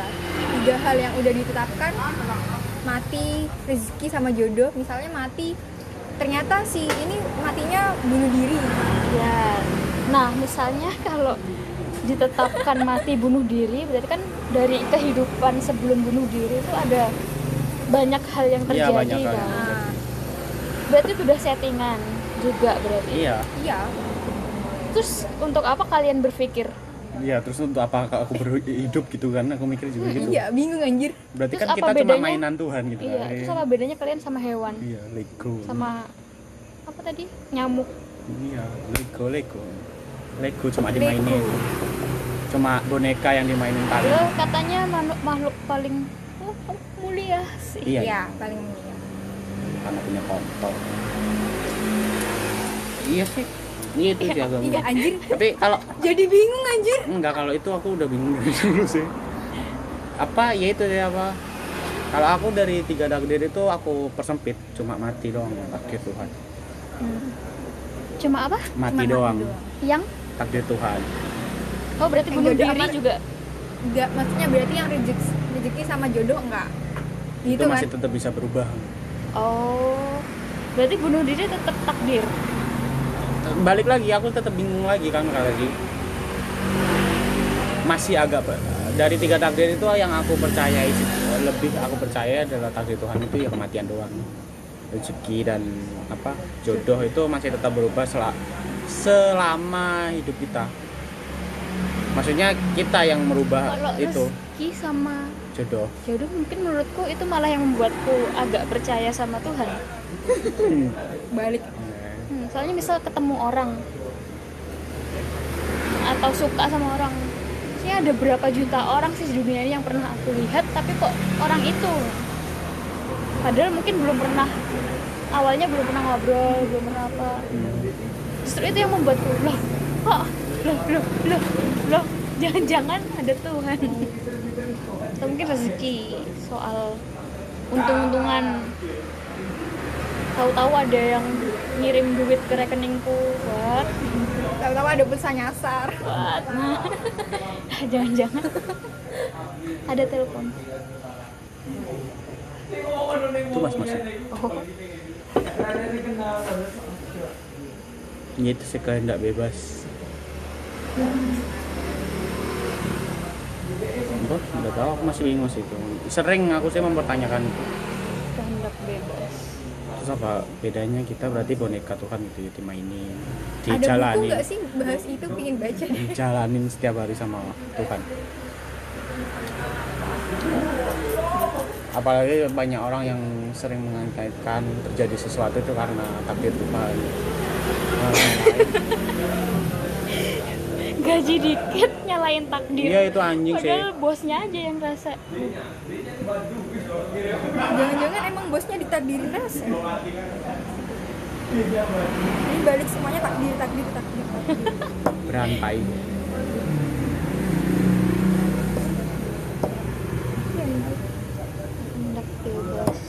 B: tiga hal yang udah ditetapkan mati rezeki sama jodoh misalnya mati ternyata si ini matinya bunuh diri
D: Ya. Nah, misalnya kalau ditetapkan mati bunuh diri, berarti kan dari kehidupan sebelum bunuh diri itu ada banyak hal yang
C: Iya,
D: terjadi
C: banyak hal.
D: kan.
B: nah
D: Berarti itu udah settingan juga berarti.
C: iya
B: iya
D: Terus untuk apa kalian berpikir?
C: iya terus untuk apa aku berhidup gitu kan aku mikir juga gitu
B: iya bingung anjir
C: berarti
D: Terus
C: kan
D: apa
C: kita cuma
D: bedanya?
C: mainan Tuhan gitu
D: Iya,
C: kan
D: itu sama bedanya kalian sama hewan,
C: iya Lego
D: sama apa tadi? Nyamuk.
C: iya Lego Lego Lego cuma
B: Lego.
C: dimainin cuma boneka yang dimainin tali
D: Padahal katanya manu- makhluk paling oh, mulia sih.
C: iya, iya.
B: iya paling mulia
C: karena punya kontol iya sih iya itu sih agama
B: iya anjir
C: tapi kalau
B: jadi bingung anjir
C: Enggak, kalau itu aku udah bingung dari dulu sih. Apa ya itu ya apa? Kalau aku dari tiga takdir itu aku persempit, cuma mati doang yang takdir Tuhan.
D: Cuma apa?
C: Mati
B: Cuma
C: doang
D: Yang
C: takdir Tuhan.
D: oh berarti
B: Eh,
D: bunuh
B: jodoh
D: diri
B: amat.
D: juga.
B: enggak maksudnya berarti yang rezeki rezeki sama jodoh enggak
C: Itu,
B: gitu kan
C: masih tetap bisa berubah.
D: Oh, berarti bunuh diri tetap takdir.
C: Balik lagi aku tetap bingung lagi kan kalau lagi. Masih agak ber- dari tiga takdir itu yang aku percayai lebih aku percaya adalah takdir Tuhan itu ya kematian doang. rezeki dan apa jodoh itu masih tetap berubah sel- selama hidup kita maksudnya kita yang merubah
D: Kalau
C: Nah, itu
D: rezeki sama
C: jodoh
D: jodoh mungkin menurutku itu malah yang membuatku agak percaya sama Tuhan.
B: balik
D: Hmm, soalnya misal ketemu orang atau suka sama orang, sih ada berapa juta orang sih di dunia ini yang pernah aku lihat, tapi kok orang itu padahal mungkin belum pernah awalnya belum pernah ngobrol, belum pernah apa.
C: Iya.
D: justru itu yang membuatku loh kok loh loh loh loh jangan-jangan ada Tuhan atau mungkin rezeki soal untung-untungan tahu-tahu ada yang ngirim duit ke rekeningku buat
B: tahu-tahu ada pulsa nyasar
D: buat nah jangan-jangan ada telepon
C: itu mas mas Ya, itu sih kehendak bebas Entah, nggak tahu aku masih bingung sih itu sering aku sih mempertanyakan itu
D: kehendak bebas
C: terus apa bedanya kita berarti boneka Tuhan gitu ya dimainin
B: ada buku
C: dijalani
B: nggak sih bahas itu pengen baca
C: dijalanin setiap hari sama Tuhan apalagi banyak orang yang sering mengaitkan terjadi sesuatu itu karena takdir Tuhan Nah,
D: gaji dikit nyalain takdir
C: iya itu anjing sih
D: padahal bosnya aja yang rasa
B: jangan-jangan emang bosnya ditakdirin rasa ini balik semuanya takdir takdir takdir
C: berantai
D: hendak tuh bos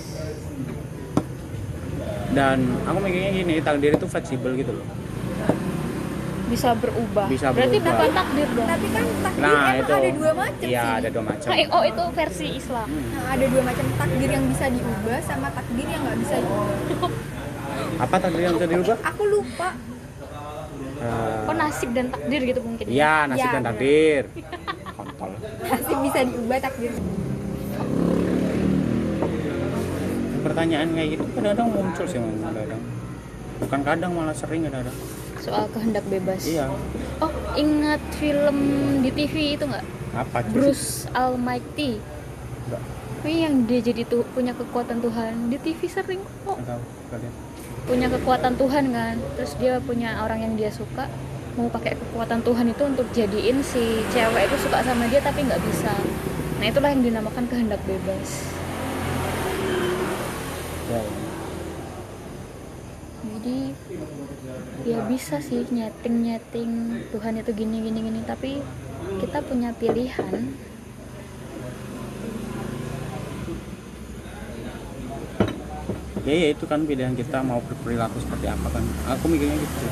C: dan aku mikirnya gini takdir itu fleksibel gitu loh
D: bisa berubah
C: Bisa
D: berarti
C: berubah.
D: bukan takdir dong
B: tapi kan takdir
C: nah
B: emang
C: itu
B: ada dua macam
C: iya
B: sih Eh,
C: ada dua macam
D: Nah, oh itu versi Islam
B: Nah, ada dua macam takdir yang bisa diubah sama takdir yang nggak bisa diubah.
C: apa takdir yang bisa dirubah
B: Aku lupa.
C: Eh,
D: oh nasib dan takdir gitu mungkin
C: Iya, nasib
B: Iya,
C: dan
B: bener.
C: takdir. Kontol.
B: Nasib bisa diubah takdir.
C: Pertanyaan kayak gitu kadang-kadang muncul sih Mas, kadang-kadang. Bukan kadang malah sering kadang-kadang.
D: soal kehendak bebas
C: Iya.
D: oh ingat film di TV itu nggak
C: Apa? cuy?
D: Bruce Almighty
C: Enggak,
D: ini yang dia jadi tuh punya kekuatan Tuhan di TV sering kok
C: enggak tahu kalian.
D: punya kekuatan Tuhan kan terus dia punya orang yang dia suka mau pakai kekuatan Tuhan itu untuk jadiin si cewek itu suka sama dia tapi nggak bisa nah itulah yang dinamakan kehendak bebas
C: Ya, ya.
D: jadi ya bisa sih nyeting nyeting Tuhan itu gini gini gini tapi kita punya pilihan
C: ya ya itu kan pilihan kita mau berperilaku seperti apa kan aku mikirnya gitu sih.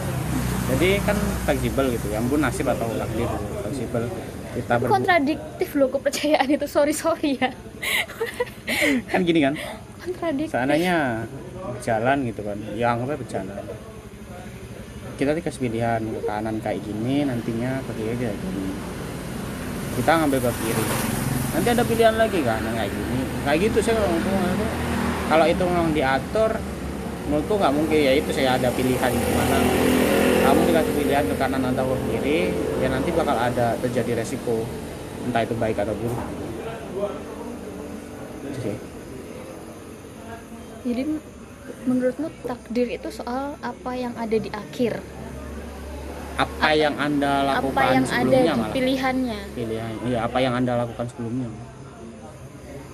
C: jadi kan fleksibel gitu ya ampun nasib atau takdir gitu fleksibel kita
D: Itu
C: ber
D: kontradiktif loh kepercayaan itu sorry sorry ya
C: kan gini kan
D: kontradiktif
C: seandainya jalan gitu kan ya anggapnya berjalan kita dikasih pilihan ke kanan kayak gini nantinya ke kiri kayak gini kita ngambil ke kiri nanti ada pilihan lagi kan yang kayak gini kayak gitu sih kalau ngomong aku. kalau itu memang diatur menurutku nggak mungkin ya itu saya ada pilihan gimana kamu dikasih pilihan ke kanan atau ke kiri ya nanti bakal ada terjadi resiko entah itu baik atau buruk Itu sih.
D: jadi m- menurutmu takdir itu soal apa yang ada di akhir
C: apa yang anda lakukan
D: apa yang ada
C: sebelumnya
D: di
C: malah
D: pilihannya
C: pilihan iya apa yang anda lakukan sebelumnya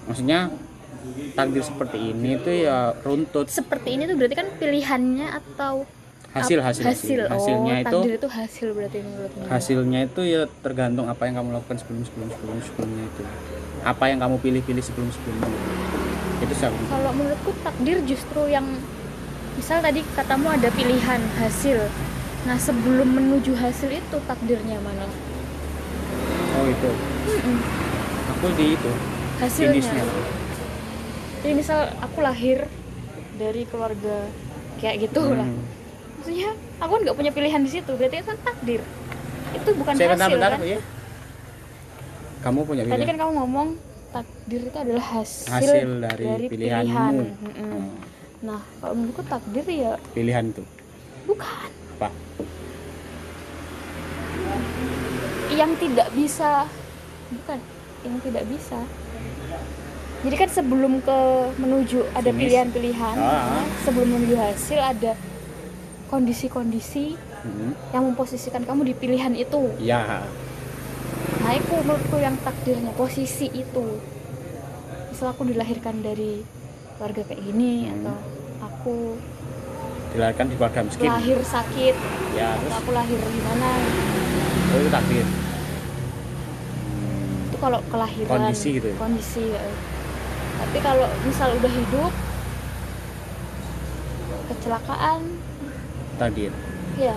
C: maksudnya takdir seperti ini tuh ya runtut
D: seperti ini tuh berarti kan pilihannya atau
C: hasil
D: ap-
C: hasil,
D: hasil. Oh,
C: hasilnya itu
D: takdir itu hasil berarti menurutmu
C: hasilnya itu ya tergantung apa yang kamu lakukan sebelum sebelum sebelum sebelumnya itu apa yang kamu pilih pilih sebelum sebelumnya itu sih aku-
D: kalau menurutku takdir justru yang misal tadi katamu ada pilihan hasil nah sebelum menuju hasil itu takdirnya mana
C: oh itu aku di itu
D: hasilnya
C: finishnya
D: jadi misal aku lahir dari keluarga kayak gitu lah
C: Hmm.
D: maksudnya aku kan nggak punya pilihan di situ berarti itu kan takdir itu bukan
C: saya
D: hasil
C: bentar-bentar
D: kan
C: ya kamu punya
D: tadi kan
C: pilihan
D: kamu ngomong takdir itu adalah hasil,
C: hasil dari, pilihanmu
D: pilihan. Mm-mm.
C: Hmm,
D: nah kalau menurutku takdir ya
C: pilihan tuh
D: bukan
C: apa
D: yang tidak bisa bukan yang tidak bisa jadi kan sebelum ke menuju ada
C: Finish.
D: pilihan-pilihan ya,
C: Ah.
D: sebelum menuju hasil ada kondisi-kondisi
C: Hmm.
D: yang memposisikan kamu di pilihan itu
C: Ya,
D: Nah itu menurutku yang takdirnya posisi itu. Misal aku dilahirkan dari keluarga kayak gini
C: Hmm.
D: atau aku
C: dilahirkan di keluarga miskin.
D: lahir sakit
C: Ya,
D: atau
C: terus
D: aku lahir gimana
C: oh, itu takdir. Hmm,
D: itu kalau kelahiran
C: Kondisi gitu ya?
D: kondisi ya. tapi kalau misal udah hidup kecelakaan
C: Takdir.
D: ya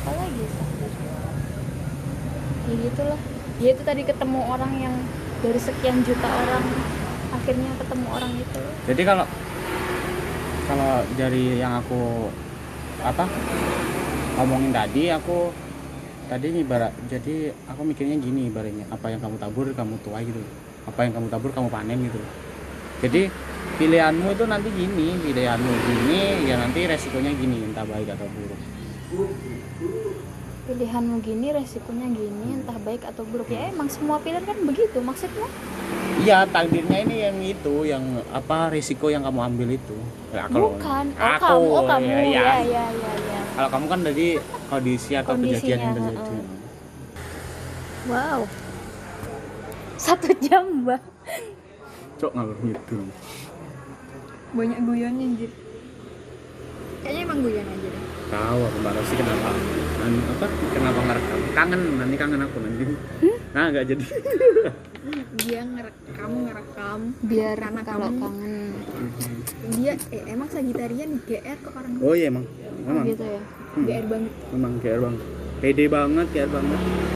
D: apa lagi takdir ya gitulah ya itu tadi ketemu orang yang dari sekian juta orang akhirnya ketemu orang itu
C: Jadi kalau kalau dari yang aku apa ngomongin tadi aku tadi ibarat jadi aku mikirnya gini ibaratnya apa yang kamu tabur kamu tuai gitu apa yang kamu tabur kamu panen gitu jadi pilihanmu itu nanti gini pilihanmu gini ya nanti resikonya gini entah baik atau buruk
D: pilihanmu gini resikonya gini entah baik atau buruk ya
C: Hmm.
D: emang semua pilihan kan begitu maksudnya
C: Iya, takdirnya ini yang itu, yang apa risiko yang kamu ambil itu. Ya, kalau
D: bukan oh
C: aku,
D: kamu oh kamu
C: ya, ya.
D: ya ya ya ya,
C: Kalau kamu kan dari kondisi atau kejadian yang
D: Kondisinya,
C: terjadi.
D: heeh. wow satu jam mbak
C: Cok ngalur gitu.
B: banyak guyonnya anjir kayaknya emang guyon aja deh
C: Tahu aku Mbak Rosi kenapa? Dan apa? Kenapa ngerekam? Kangen, nanti kangen aku nanti.
D: Hmm?
C: Nah, nggak jadi.
B: dia ngerekam ngerekam
D: biar
B: Karena
D: kalau
B: kamu-
D: kangen
B: dia eh, emang Sagitarian GR kok orang
C: oh iya emang, emang,
D: gitu ya
B: GR banget
C: emang GR bang. Pede banget, GR banget.